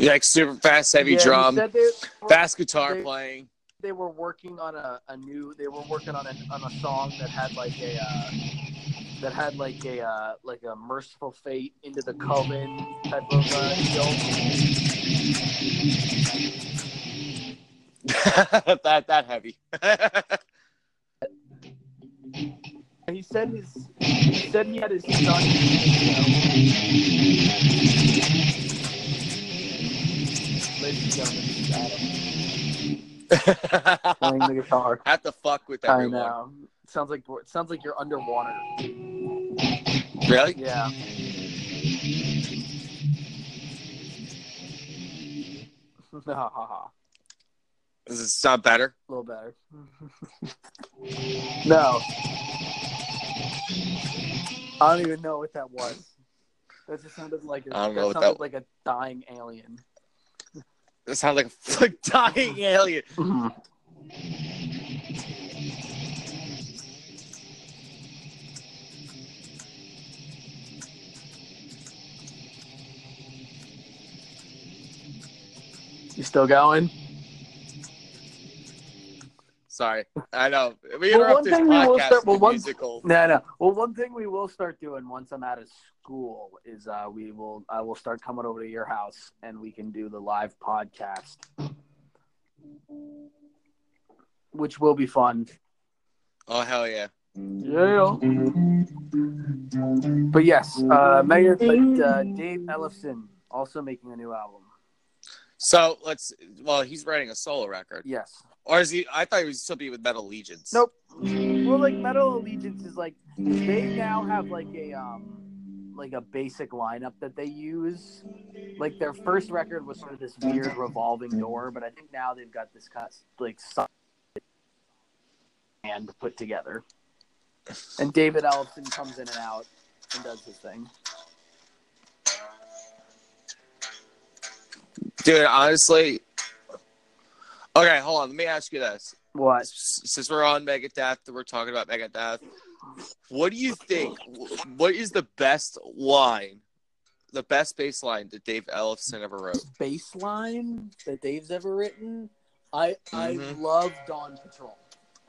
Speaker 1: Like super fast, heavy
Speaker 2: yeah, he
Speaker 1: drum,
Speaker 2: said they-
Speaker 1: fast guitar
Speaker 2: they-
Speaker 1: playing. (laughs)
Speaker 2: they were working on a, a new they were working on a on a song that had like a uh, that had like a uh, like a merciful fate into the coven type of uh, deal.
Speaker 1: that that heavy. (laughs)
Speaker 2: And he said his he said he had his son. You know, ladies and gentlemen, this is Adam playing the guitar.
Speaker 1: Have to fuck with
Speaker 2: I
Speaker 1: everyone.
Speaker 2: know. Sounds like sounds like you're underwater.
Speaker 1: Really?
Speaker 2: Yeah. (laughs) Ha ha ha.
Speaker 1: Does it sound better?
Speaker 2: A little better. (laughs) no. I don't even know what that was. That just sounded like a,
Speaker 1: I don't know
Speaker 2: that
Speaker 1: what
Speaker 2: sounded
Speaker 1: that-
Speaker 2: like a dying alien.
Speaker 1: It sounds like a (laughs) like dying alien.
Speaker 2: You still going?
Speaker 1: Sorry, I know. We
Speaker 2: Well,
Speaker 1: interrupt
Speaker 2: one
Speaker 1: this
Speaker 2: thing we will
Speaker 1: podcast
Speaker 2: start- well,
Speaker 1: with
Speaker 2: one-
Speaker 1: musical.
Speaker 2: No, no. Well, one thing we will start doing once I'm out of school is uh, we will I will start coming over to your house and we can do the live podcast, which will be fun.
Speaker 1: Oh hell yeah!
Speaker 2: Yeah. But yes, uh, Mayor but, uh, Dave Ellison also making a new album.
Speaker 1: So let's. Well, he's writing a solo record,
Speaker 2: Yes.
Speaker 1: or is he? I thought he was still be with Metal Legions.
Speaker 2: Nope. Well, like Metal Allegiance is like they now have like a um like a basic lineup that they use. Like their first record was sort of this weird revolving door, but I think now they've got this kind of, like solid band put together. And David Ellison comes in and out and does his thing.
Speaker 1: dude. Honestly, okay. Hold on. Let me ask you this:
Speaker 2: What?
Speaker 1: Since we're on Megadeth, we're talking about Megadeth. What do you think? What is the best line? The best bass line that Dave Ellison ever wrote.
Speaker 2: bass line that Dave's ever written. I I
Speaker 1: Mhm.
Speaker 2: love Dawn Patrol.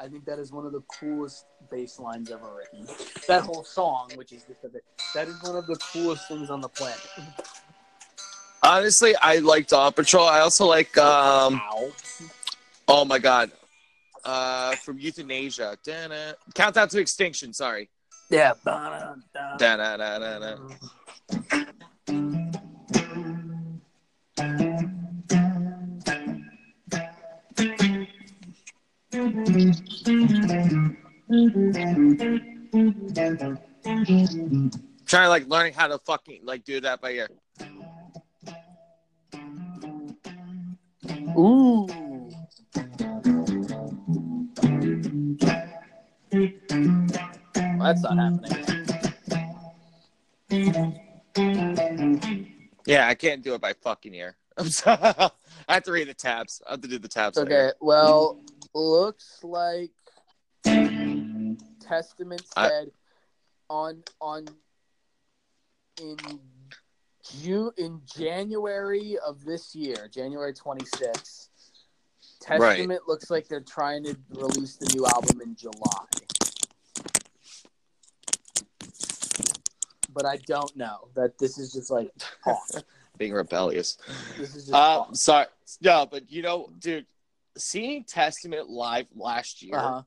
Speaker 2: I think that is one of the coolest bass lines ever written. That whole song, which is just a bit, that is one of the coolest things on the planet.
Speaker 1: Honestly, I like Dawn Patrol. I also like um
Speaker 2: Ow.
Speaker 1: Oh my god. Uh from Euthanasia. Da-na. Countdown to Extinction, sorry.
Speaker 2: Yeah. dun, dun, dun.
Speaker 1: Da-na-na-na-na. Trying to like learning how to fucking like do that by ear.
Speaker 2: Ooh. Well, that's not happening.
Speaker 1: Yeah, I can't do it by fucking ear. (laughs) I'm sorry. I have to read the tabs. I have to do the tabs.
Speaker 2: Okay. Well, looks like Testament
Speaker 1: I-
Speaker 2: said on on in June in January of this year, January 26th.
Speaker 1: Right.
Speaker 2: Testament looks like they're trying to release the new album in July. But I don't know that this is just like talk.
Speaker 1: Being rebellious.
Speaker 2: This is just
Speaker 1: Uh,
Speaker 2: talk.
Speaker 1: sorry. No, but you know, dude, seeing Testament live last year
Speaker 2: Uh-huh.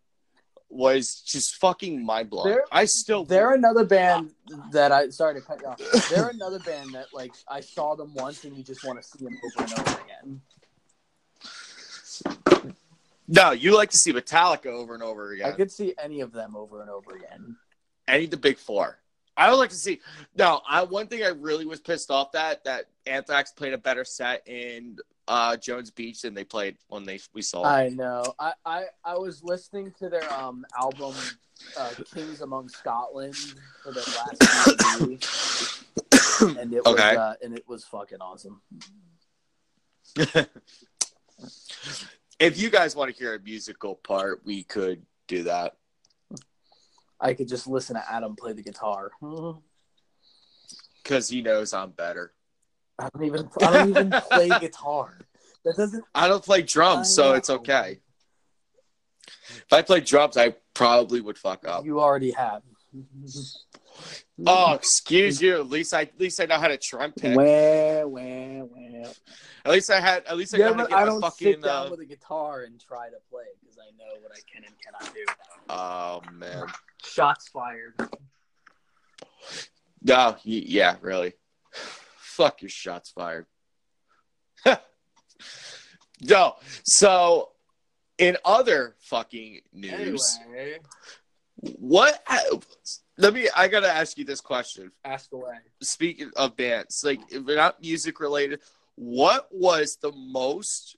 Speaker 1: was just fucking mind blowing.
Speaker 2: They're-
Speaker 1: I still
Speaker 2: They're another band that I sorry to cut you off. They're another band that like I saw them once and you just want to see them over and over again.
Speaker 1: no. You like to see Metallica over and over
Speaker 2: I
Speaker 1: again.
Speaker 2: could see any of them over and over again.
Speaker 1: Any of the big four. I would like to see. No, I one thing I really was pissed off that that Anthrax played a better set in uh, Jones Beach than they played when they we saw.
Speaker 2: I know. I, I I was listening to their um album uh, Kings Among Scotland for their last DVD, and it was
Speaker 1: Okay.
Speaker 2: uh, and it was fucking awesome.
Speaker 1: if you guys want to hear a musical part, we could do that.
Speaker 2: I could just listen to Adam play the guitar. (laughs) I
Speaker 1: because he knows I'm better.
Speaker 2: don't even I don't even play guitar. That doesn't
Speaker 1: I don't play drums,
Speaker 2: I
Speaker 1: so it's
Speaker 2: know.
Speaker 1: okay. If I played drums, I probably would fuck up.
Speaker 2: You already have.
Speaker 1: Oh, excuse you. At least I at least I know how to trumpet.
Speaker 2: Where, where, where?
Speaker 1: At least I had at least I
Speaker 2: Yeah,
Speaker 1: know how to
Speaker 2: but
Speaker 1: get
Speaker 2: I
Speaker 1: my
Speaker 2: don't
Speaker 1: fucking.
Speaker 2: sit down
Speaker 1: uh,
Speaker 2: with a guitar and try to play because I know what I can and cannot do.
Speaker 1: Oh man.
Speaker 2: Shots fired.
Speaker 1: No, y- yeah, really. Fuck your shots fired. (laughs) no, so in other fucking news,
Speaker 2: Anyway,
Speaker 1: what? Let me. I gotta ask you this question.
Speaker 2: ask away.
Speaker 1: Speaking of bands, like if they're not music related, what was the most?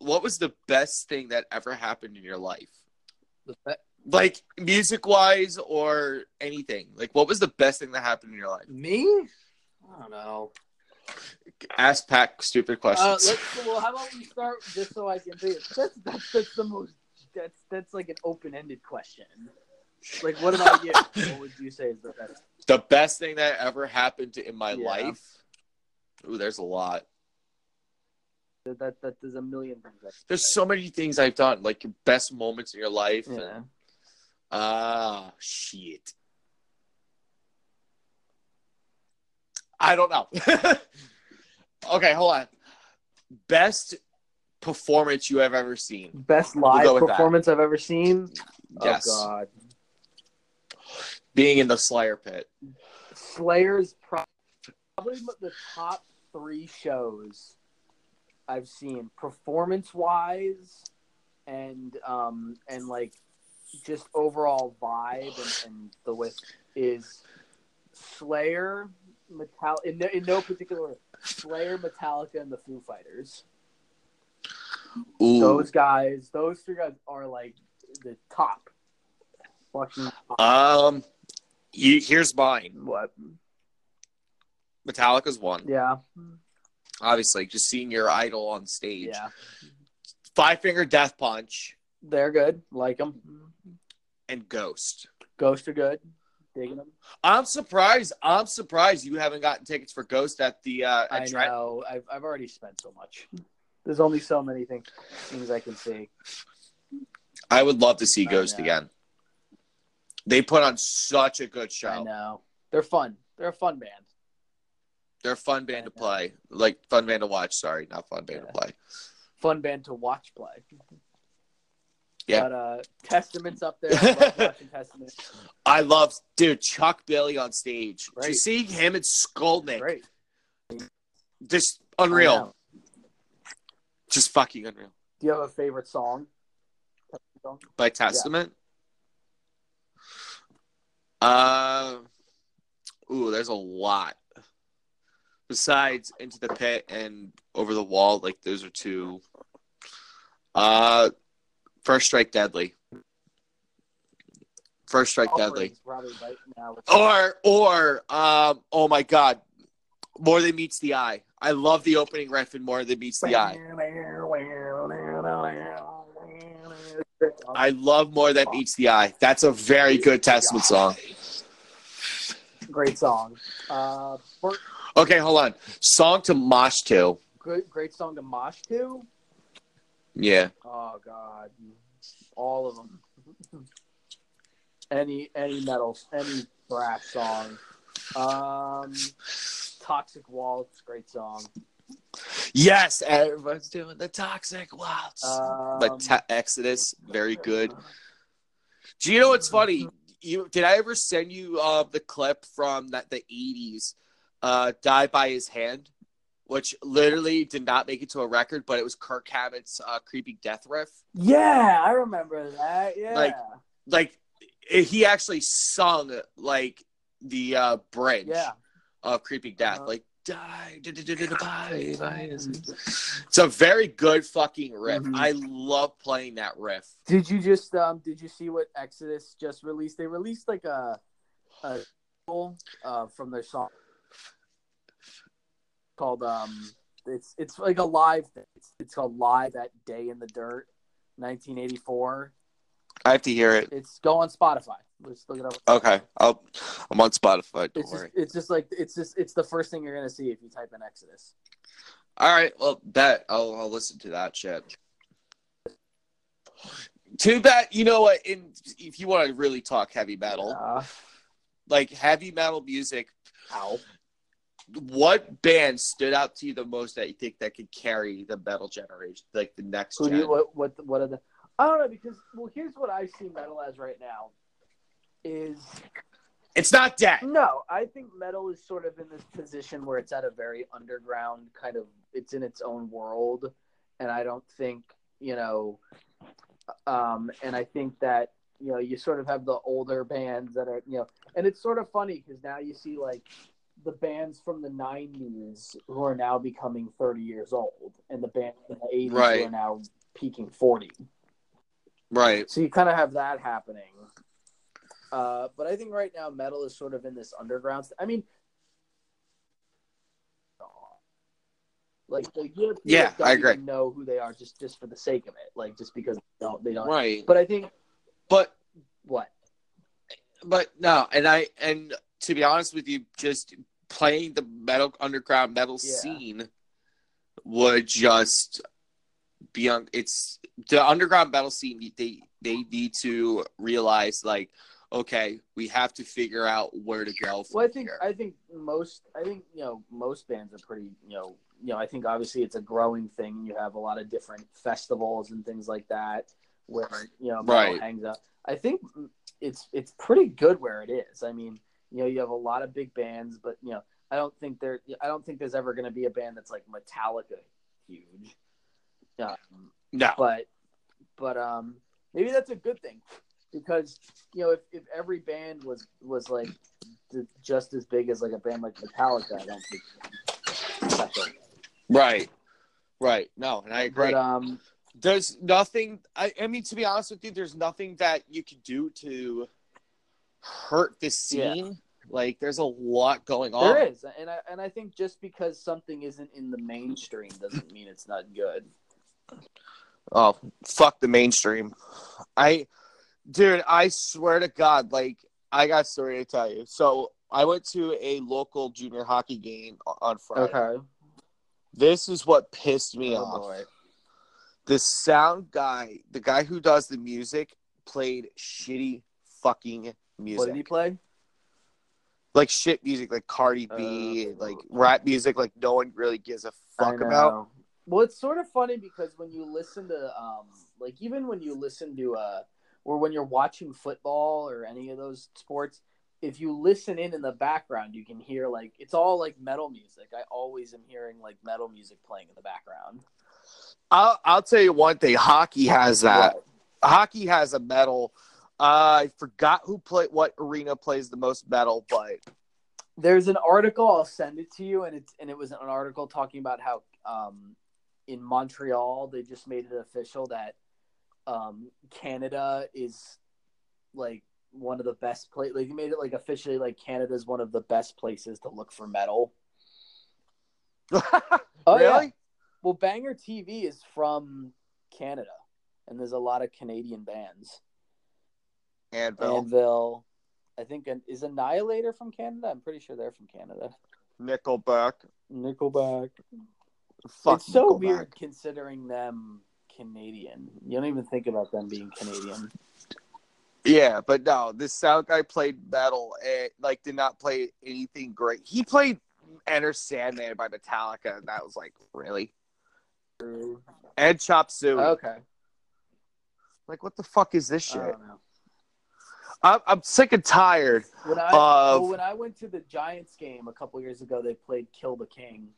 Speaker 1: What was the best thing that ever happened in your life?
Speaker 2: The fe-
Speaker 1: Like music wise or anything? Like what was the best thing that happened in your life?
Speaker 2: Me? I don't know.
Speaker 1: Ask Pack stupid
Speaker 2: Uh,
Speaker 1: questions.
Speaker 2: let's, well, how about we start just so I can think? That's that's, that's the most. That's that's like an open-ended question. Like, what about
Speaker 1: (laughs)
Speaker 2: you? what would you say is the best?
Speaker 1: the best thing that ever happened in my
Speaker 2: Yeah.
Speaker 1: life. Ooh, there's a lot.
Speaker 2: That, that, that there's a million things. I could
Speaker 1: There's
Speaker 2: say.
Speaker 1: so many things I've done, like your best moments in your life.
Speaker 2: Yeah.
Speaker 1: Ah, shit. I don't
Speaker 2: (laughs)
Speaker 1: know. okay, hold on. Best performance you have ever seen.
Speaker 2: Best live
Speaker 1: go with that.
Speaker 2: performance I've ever seen.
Speaker 1: Yes.
Speaker 2: Oh God.
Speaker 1: Being in the Slayer pit.
Speaker 2: Slayer's pro- probably m- the top three shows I've seen performance wise and um and like just overall vibe and, and the list is Slayer, Metal in no, in no particular order, Slayer, Metallica, and the Foo Fighters.
Speaker 1: Ooh.
Speaker 2: Those guys, those three guys are like the top. Fucking
Speaker 1: um, you, here's mine.
Speaker 2: what?
Speaker 1: Metallica's one.
Speaker 2: Yeah,
Speaker 1: Obviously, just seeing your idol on stage.
Speaker 2: yeah,
Speaker 1: Five Finger Death Punch
Speaker 2: they're good. Like them.
Speaker 1: and Ghost.
Speaker 2: Ghosts are good. Digging them.
Speaker 1: I'm surprised. I'm surprised you haven't gotten tickets for Ghost at the uh,
Speaker 2: I
Speaker 1: at Trent.
Speaker 2: know. I've, I've already spent so much. There's only so many things things I can see.
Speaker 1: I would love to see
Speaker 2: I
Speaker 1: Ghost
Speaker 2: know.
Speaker 1: again. They put on such a good
Speaker 2: I
Speaker 1: show.
Speaker 2: know. They're fun. They're a fun band.
Speaker 1: They're a fun band to
Speaker 2: I know.
Speaker 1: play, like fun band to watch. Sorry, not fun band
Speaker 2: Yeah.
Speaker 1: to play.
Speaker 2: Fun band to watch play.
Speaker 1: Yeah.
Speaker 2: But uh, Testament's up there. I love watching Testament.
Speaker 1: I love, dude, Chuck Billy on stage.
Speaker 2: Great.
Speaker 1: Just seeing him and Skolnick,
Speaker 2: Great.
Speaker 1: just
Speaker 2: I
Speaker 1: unreal,
Speaker 2: know.
Speaker 1: just fucking unreal.
Speaker 2: Do you have a favorite song? Song?
Speaker 1: By Testament. Uh, ooh, there's a lot. Besides Into the Pit and Over the Wall, like those are two. Uh, First Strike Deadly. First Strike Deadly.
Speaker 2: Offerings Probably right now.
Speaker 1: Or or um oh my god. More than meets the eye. I love the opening riff in More Than Meets the Eye. I love More Than Meets the Eye. That's a very good Testament song.
Speaker 2: Great song. Uh, Bert,
Speaker 1: Okay, hold on. Song to mosh to.
Speaker 2: good, great song to mosh to.
Speaker 1: Yeah.
Speaker 2: Oh God, all of them. any any metal, any brass song. Um, Toxic Waltz, great song.
Speaker 1: Yes, everyone's doing the toxic waltz.
Speaker 2: Um,
Speaker 1: but te- Exodus, very good. Do you know what's funny? You did I ever send you uh, the clip from that the eighties, uh, "Die by His Hand," which literally did not make it to a record, but it was Kirk Hammett's uh, "Creeping Death" riff.
Speaker 2: yeah, I remember that. Yeah,
Speaker 1: Like, Like it, he actually sung like the uh, bridge
Speaker 2: yeah.
Speaker 1: of "Creeping Death,"
Speaker 2: Uh-huh.
Speaker 1: like "Die da- da- da- da- da- by- by his hand." It's a very good fucking riff.
Speaker 2: Mhm.
Speaker 1: I love playing that riff.
Speaker 2: Did you just um? Did you see what Exodus just released? They released like a a single, uh from their song called um. It's it's like a live. It's, it's called Live at Day in the Dirt, 1984.
Speaker 1: I have to hear it.
Speaker 2: It's go on Spotify. Let's look it up.
Speaker 1: Okay, I'll, I'm on Spotify. Oh, Don't
Speaker 2: It's
Speaker 1: worry.
Speaker 2: just, it's just like it's just it's the first thing you're gonna see if you type in Exodus.
Speaker 1: All right, well, that I'll, I'll listen to that shit. Too bad. You know what? In, if you want to really talk heavy metal,
Speaker 2: Uh,
Speaker 1: like heavy metal music,
Speaker 2: ow.
Speaker 1: what band stood out to you the most that you think that could carry the metal generation, like the next
Speaker 2: Who do
Speaker 1: gen?
Speaker 2: you what what what are the? I don't know because well, here's what I see metal as right now. Is
Speaker 1: it's not dead.
Speaker 2: no, I think metal is sort of in this position where it's at a very underground kind of. It's in its own world, and I don't think you know. Um, and I think that you know you sort of have the older bands that are you know, and it's sort of funny because now you see like the bands from the 90s who are now becoming 30 years old and the bands from the 80s who
Speaker 1: Right.
Speaker 2: are now peaking 40
Speaker 1: Right.
Speaker 2: so you kind of have that happening. Uh, but I think right now metal is sort of in this underground. St- I mean, like the Europeans
Speaker 1: Yeah,
Speaker 2: don't
Speaker 1: I agree.
Speaker 2: even know who they are just just for the sake of it, like just because they don't they don't.
Speaker 1: Right.
Speaker 2: But I think
Speaker 1: But
Speaker 2: what
Speaker 1: but no, and I and to be honest with you, just playing the metal underground metal
Speaker 2: Yeah.
Speaker 1: scene would just be on. It's the underground metal scene. They they need to realize like, okay, we have to figure out where to go. From
Speaker 2: Well, I think
Speaker 1: here.
Speaker 2: I think most I think you know most bands are pretty you know you know I think obviously it's a growing thing. You have a lot of different festivals and things like that where you know metal
Speaker 1: Right.
Speaker 2: hangs out. I think it's it's pretty good where it is. I mean, you know, you have a lot of big bands, but you know, I don't think there I don't think there's ever going to be a band that's like Metallica huge. Um,
Speaker 1: no,
Speaker 2: but but um maybe that's a good thing because you know if, if every band was was like th- just as big as like a band like Metallica, I don't think special.
Speaker 1: right, right, no, and I agree.
Speaker 2: But um,
Speaker 1: there's nothing I, I mean to be honest with you there's nothing that you can do to hurt this
Speaker 2: Yeah.
Speaker 1: scene like there's a lot going on
Speaker 2: there is, and I and I think just because something isn't in the mainstream doesn't mean it's not good.
Speaker 1: oh fuck the mainstream i dude i swear to god like i got a story to tell you so i went to a local junior hockey game o- on friday
Speaker 2: Okay.
Speaker 1: this is what pissed me
Speaker 2: Oh,
Speaker 1: off
Speaker 2: boy.
Speaker 1: the sound guy the guy who does the music played shitty fucking music
Speaker 2: What did he play?
Speaker 1: like shit music like Cardi B,
Speaker 2: Uh,
Speaker 1: like rap music, like no one really gives a fuck
Speaker 2: I
Speaker 1: about.
Speaker 2: know. Well, it's sort of funny because when you listen to, um, like even when you listen to, uh, or when you're watching football or any of those sports, if you listen in in the background, you can hear like it's all like metal music. I always am hearing like metal music playing in the background.
Speaker 1: I'll I'll tell you one thing. Hockey has that.
Speaker 2: What?
Speaker 1: Hockey has a medal. Uh, I forgot who play what arena plays the most metal, but (laughs)
Speaker 2: There's an article I'll send it to you, and it's and it was an article talking about how um, in Montreal they just made it official that um, Canada is like one of the best place. Like they made it like officially like Canada's one of the best places to look for metal. Oh, yeah.
Speaker 1: really,
Speaker 2: Well, Banger TV is from Canada, and there's a lot of Canadian bands. Oh.
Speaker 1: Anvil,
Speaker 2: Anvil, I think, an, is Annihilator from Canada. I'm pretty sure they're from Canada.
Speaker 1: Nickelback.
Speaker 2: Nickelback.
Speaker 1: Fuck
Speaker 2: it's so
Speaker 1: Nickelback.
Speaker 2: weird considering them Canadian. You don't even think about them being Canadian.
Speaker 1: Yeah, but no, this sound guy played metal and like did not play anything great. He played Enter Sandman by Metallica, and that was like really. And Chop Suey.
Speaker 2: Okay.
Speaker 1: Like, what the fuck is this
Speaker 2: I
Speaker 1: shit?
Speaker 2: don't know.
Speaker 1: I'm, I'm sick and tired
Speaker 2: When I,
Speaker 1: of.
Speaker 2: well, when I went to the Giants game a couple years ago, they played "Kill the King"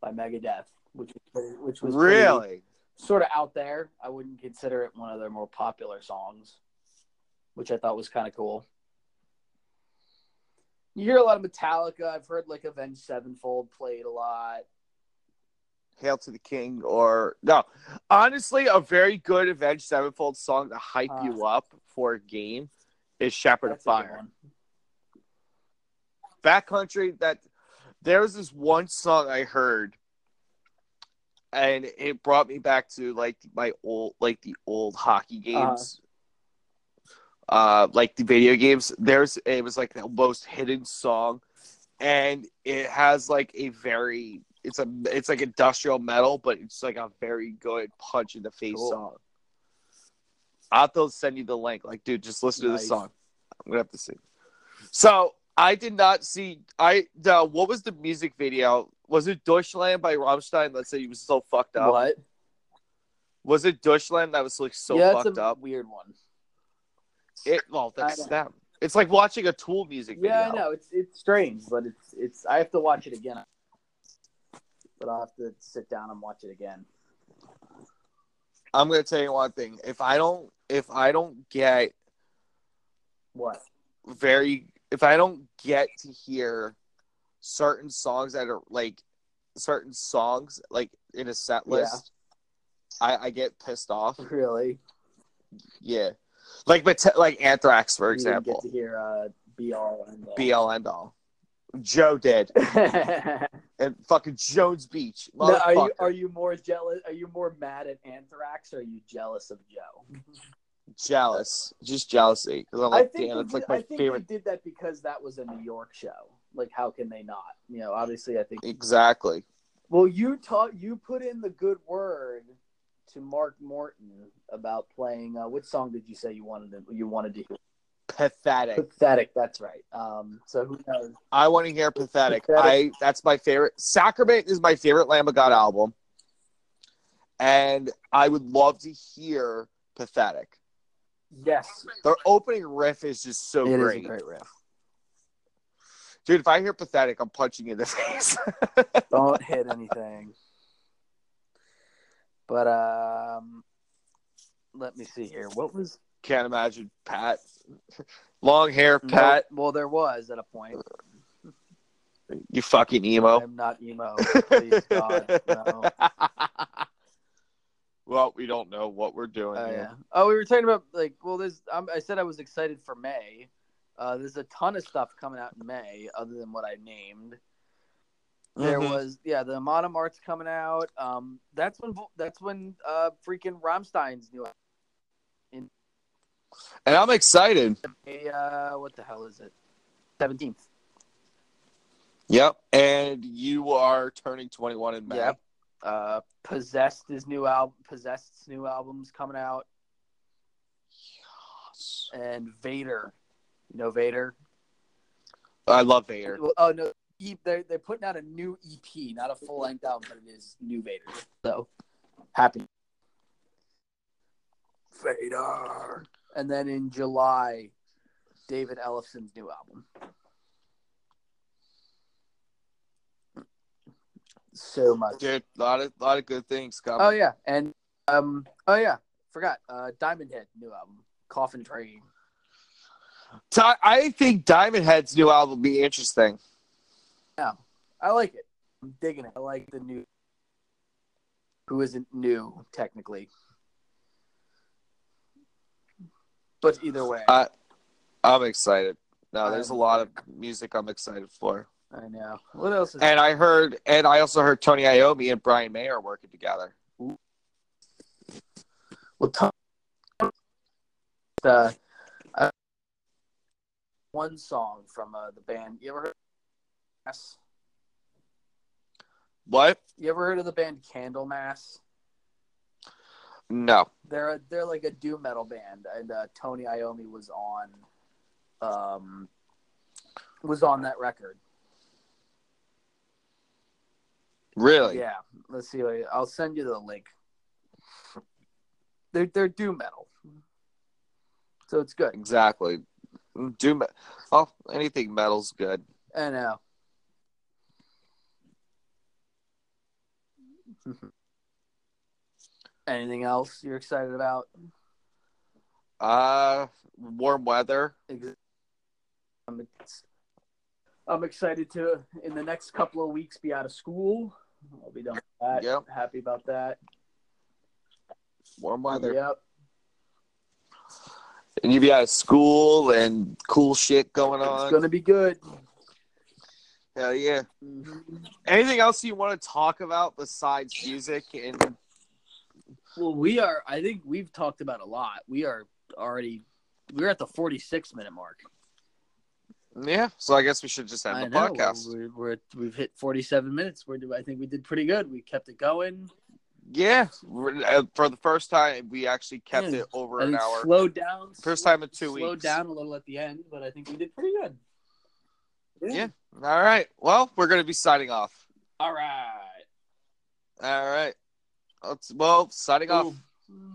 Speaker 2: by Megadeth, which was pretty, which was pretty-
Speaker 1: really?
Speaker 2: sort of out there. I wouldn't consider it one of their more popular songs, which I thought was kind of cool. You hear a lot of Metallica. I've heard like Avenged Sevenfold played a lot.
Speaker 1: Hail to the King or. No. Honestly, a very good Avenged Sevenfold song to hype
Speaker 2: Uh,
Speaker 1: you up for a game is Shepherd of
Speaker 2: That's a good
Speaker 1: Fire.
Speaker 2: one.
Speaker 1: Backcountry, that. There was this one song I heard. And it brought me back to like my old, like the old hockey games, uh, like the video games. There's it was like the most hidden song and it has like a very it's a it's like industrial metal, but it's like a very good punch in the face
Speaker 2: Cool.
Speaker 1: song. Otto send you the link. Like, dude, just listen to
Speaker 2: Nice.
Speaker 1: this song. I'm gonna have to see. So I did not see. I uh, what was the music video? Was it Deutschland by Rammstein? Let's say you was so fucked up.
Speaker 2: what?
Speaker 1: Was it Deutschland that was like so
Speaker 2: yeah,
Speaker 1: fucked
Speaker 2: it's a
Speaker 1: up?
Speaker 2: weird one.
Speaker 1: It well, that's
Speaker 2: don't-
Speaker 1: them. It's like watching a Tool music video.
Speaker 2: Yeah, I know it's it's strange, but it's it's. I have to watch it again, but I'll have to sit down and watch it again.
Speaker 1: I'm gonna tell you one thing. If I don't, if I don't get
Speaker 2: What? (laughs)
Speaker 1: very if I don't get to hear certain songs that are like certain songs like in a set
Speaker 2: Yeah.
Speaker 1: list, I, I get pissed off.
Speaker 2: Really?
Speaker 1: Yeah, like but like Anthrax for
Speaker 2: You didn't
Speaker 1: example,
Speaker 2: get to hear uh, be all and all.
Speaker 1: BL and all. Joe did, and fucking Jones Beach.
Speaker 2: (laughs) No, are you
Speaker 1: motherfucker.
Speaker 2: are you more jealous? Are you more mad at Anthrax? or Are you jealous of Joe?
Speaker 1: jealous? Just jealousy because I'm like, Oh, damn,
Speaker 2: they
Speaker 1: it's like
Speaker 2: did-
Speaker 1: my
Speaker 2: I think
Speaker 1: favorite.
Speaker 2: They did that because that was a New York show. Like, how can they not? You know, obviously, I think.
Speaker 1: Exactly.
Speaker 2: Well, you taught you put in the good word to Mark Morton about playing. Uh, which song did you say you wanted to, you wanted to hear?
Speaker 1: Pathetic.
Speaker 2: Pathetic. That's right. Um, so who knows?
Speaker 1: I want to hear pathetic. I
Speaker 2: Pathetic.
Speaker 1: that's my favorite. Sacrament is my favorite Lamb of God album, and I would love to hear pathetic.
Speaker 2: Yes,
Speaker 1: Their opening riff is just so
Speaker 2: it is
Speaker 1: great.
Speaker 2: a great riff.
Speaker 1: dude. If I hear pathetic, I'm punching you in the (laughs) face.
Speaker 2: Don't hit anything. But um, let me see here. What was
Speaker 1: Can't imagine Pat, long hair
Speaker 2: No,
Speaker 1: Pat,
Speaker 2: well, there was at a point.
Speaker 1: you fucking emo.
Speaker 2: I'm
Speaker 1: (laughs)
Speaker 2: not emo. Please, God, no.
Speaker 1: (laughs) well, we don't know what we're doing.
Speaker 2: Oh,
Speaker 1: here.
Speaker 2: yeah. Oh, we were talking about like, well, there's. Um, I said I was excited for May. Uh, there's a ton of stuff coming out in May, other than what I named. There
Speaker 1: Mhm.
Speaker 2: was, yeah, the Modern Art's coming out. Um, that's when that's when uh freaking Rammstein's new.
Speaker 1: and I'm excited.
Speaker 2: Hey, uh, what the hell is it? Seventeenth.
Speaker 1: Yep, and you are turning 21 in May.
Speaker 2: Yep. Uh, Possessed is new album. Possessed's new album's coming out, and Vader. You know Vader.
Speaker 1: I love Vader.
Speaker 2: Well, Oh no, E- they're they're putting out a new EP, not a full length album, but it is new Vader. So happy Vader. And then in July, David Ellison's new album. So much.
Speaker 1: Dude, lot of lot of good things coming.
Speaker 2: Oh yeah, and um, oh yeah, forgot. Uh, Diamond Head new album, Coffin Train.
Speaker 1: Ti- I think Diamond Head's new album will be interesting.
Speaker 2: I like it. I'm digging it. I like the new. Who isn't new technically? But either way,
Speaker 1: Uh, I'm excited. No,
Speaker 2: I
Speaker 1: there's a
Speaker 2: am
Speaker 1: lot of music I'm excited for.
Speaker 2: I know. What else is?
Speaker 1: And I heard, and I also heard Tony Iommi and Brian May are working together.
Speaker 2: well, Tom, uh, uh, one song from uh, the band. You ever heard? Mass?
Speaker 1: What?
Speaker 2: You ever heard of the band Candlemass?
Speaker 1: No.
Speaker 2: They're a, they're like a doom metal band, and uh, Tony Iommi was on, um, was on that record.
Speaker 1: Really?
Speaker 2: Yeah, let's see. wait, I'll send you the link. They're they're doom metal, so it's good.
Speaker 1: Exactly. Do me- oh, anything metal's good.
Speaker 2: I know. (laughs) Anything else you're excited about?
Speaker 1: Uh, warm weather.
Speaker 2: Ex- I'm, ex- I'm excited to in the next couple of weeks be out of school. I'll be done with that.
Speaker 1: Yep.
Speaker 2: Happy about that.
Speaker 1: Warm
Speaker 2: Oh,
Speaker 1: weather.
Speaker 2: Yep.
Speaker 1: And you be out of school and cool shit going
Speaker 2: It's
Speaker 1: on.
Speaker 2: gonna
Speaker 1: (laughs)
Speaker 2: be good.
Speaker 1: Hell yeah.
Speaker 2: Mhm.
Speaker 1: Anything else you want to talk about besides music and
Speaker 2: Well, we are. I think we've talked about a lot. We are already. We're at the 46 minute mark.
Speaker 1: yeah? So I guess we should just
Speaker 2: I
Speaker 1: end the
Speaker 2: know.
Speaker 1: podcast.
Speaker 2: We're, we're, we've hit 47 minutes. We're, I think we did pretty good. We kept it going.
Speaker 1: Yeah, uh, for the first time, we actually kept
Speaker 2: Yeah.
Speaker 1: it over
Speaker 2: And
Speaker 1: an
Speaker 2: it
Speaker 1: hour.
Speaker 2: slowed down.
Speaker 1: First time in two
Speaker 2: slowed
Speaker 1: weeks.
Speaker 2: down a little at the end, but I think we did pretty good.
Speaker 1: Yeah. All right. Well, we're gonna be signing off.
Speaker 2: All right.
Speaker 1: All right. Let's, well, signing off.
Speaker 2: Ooh.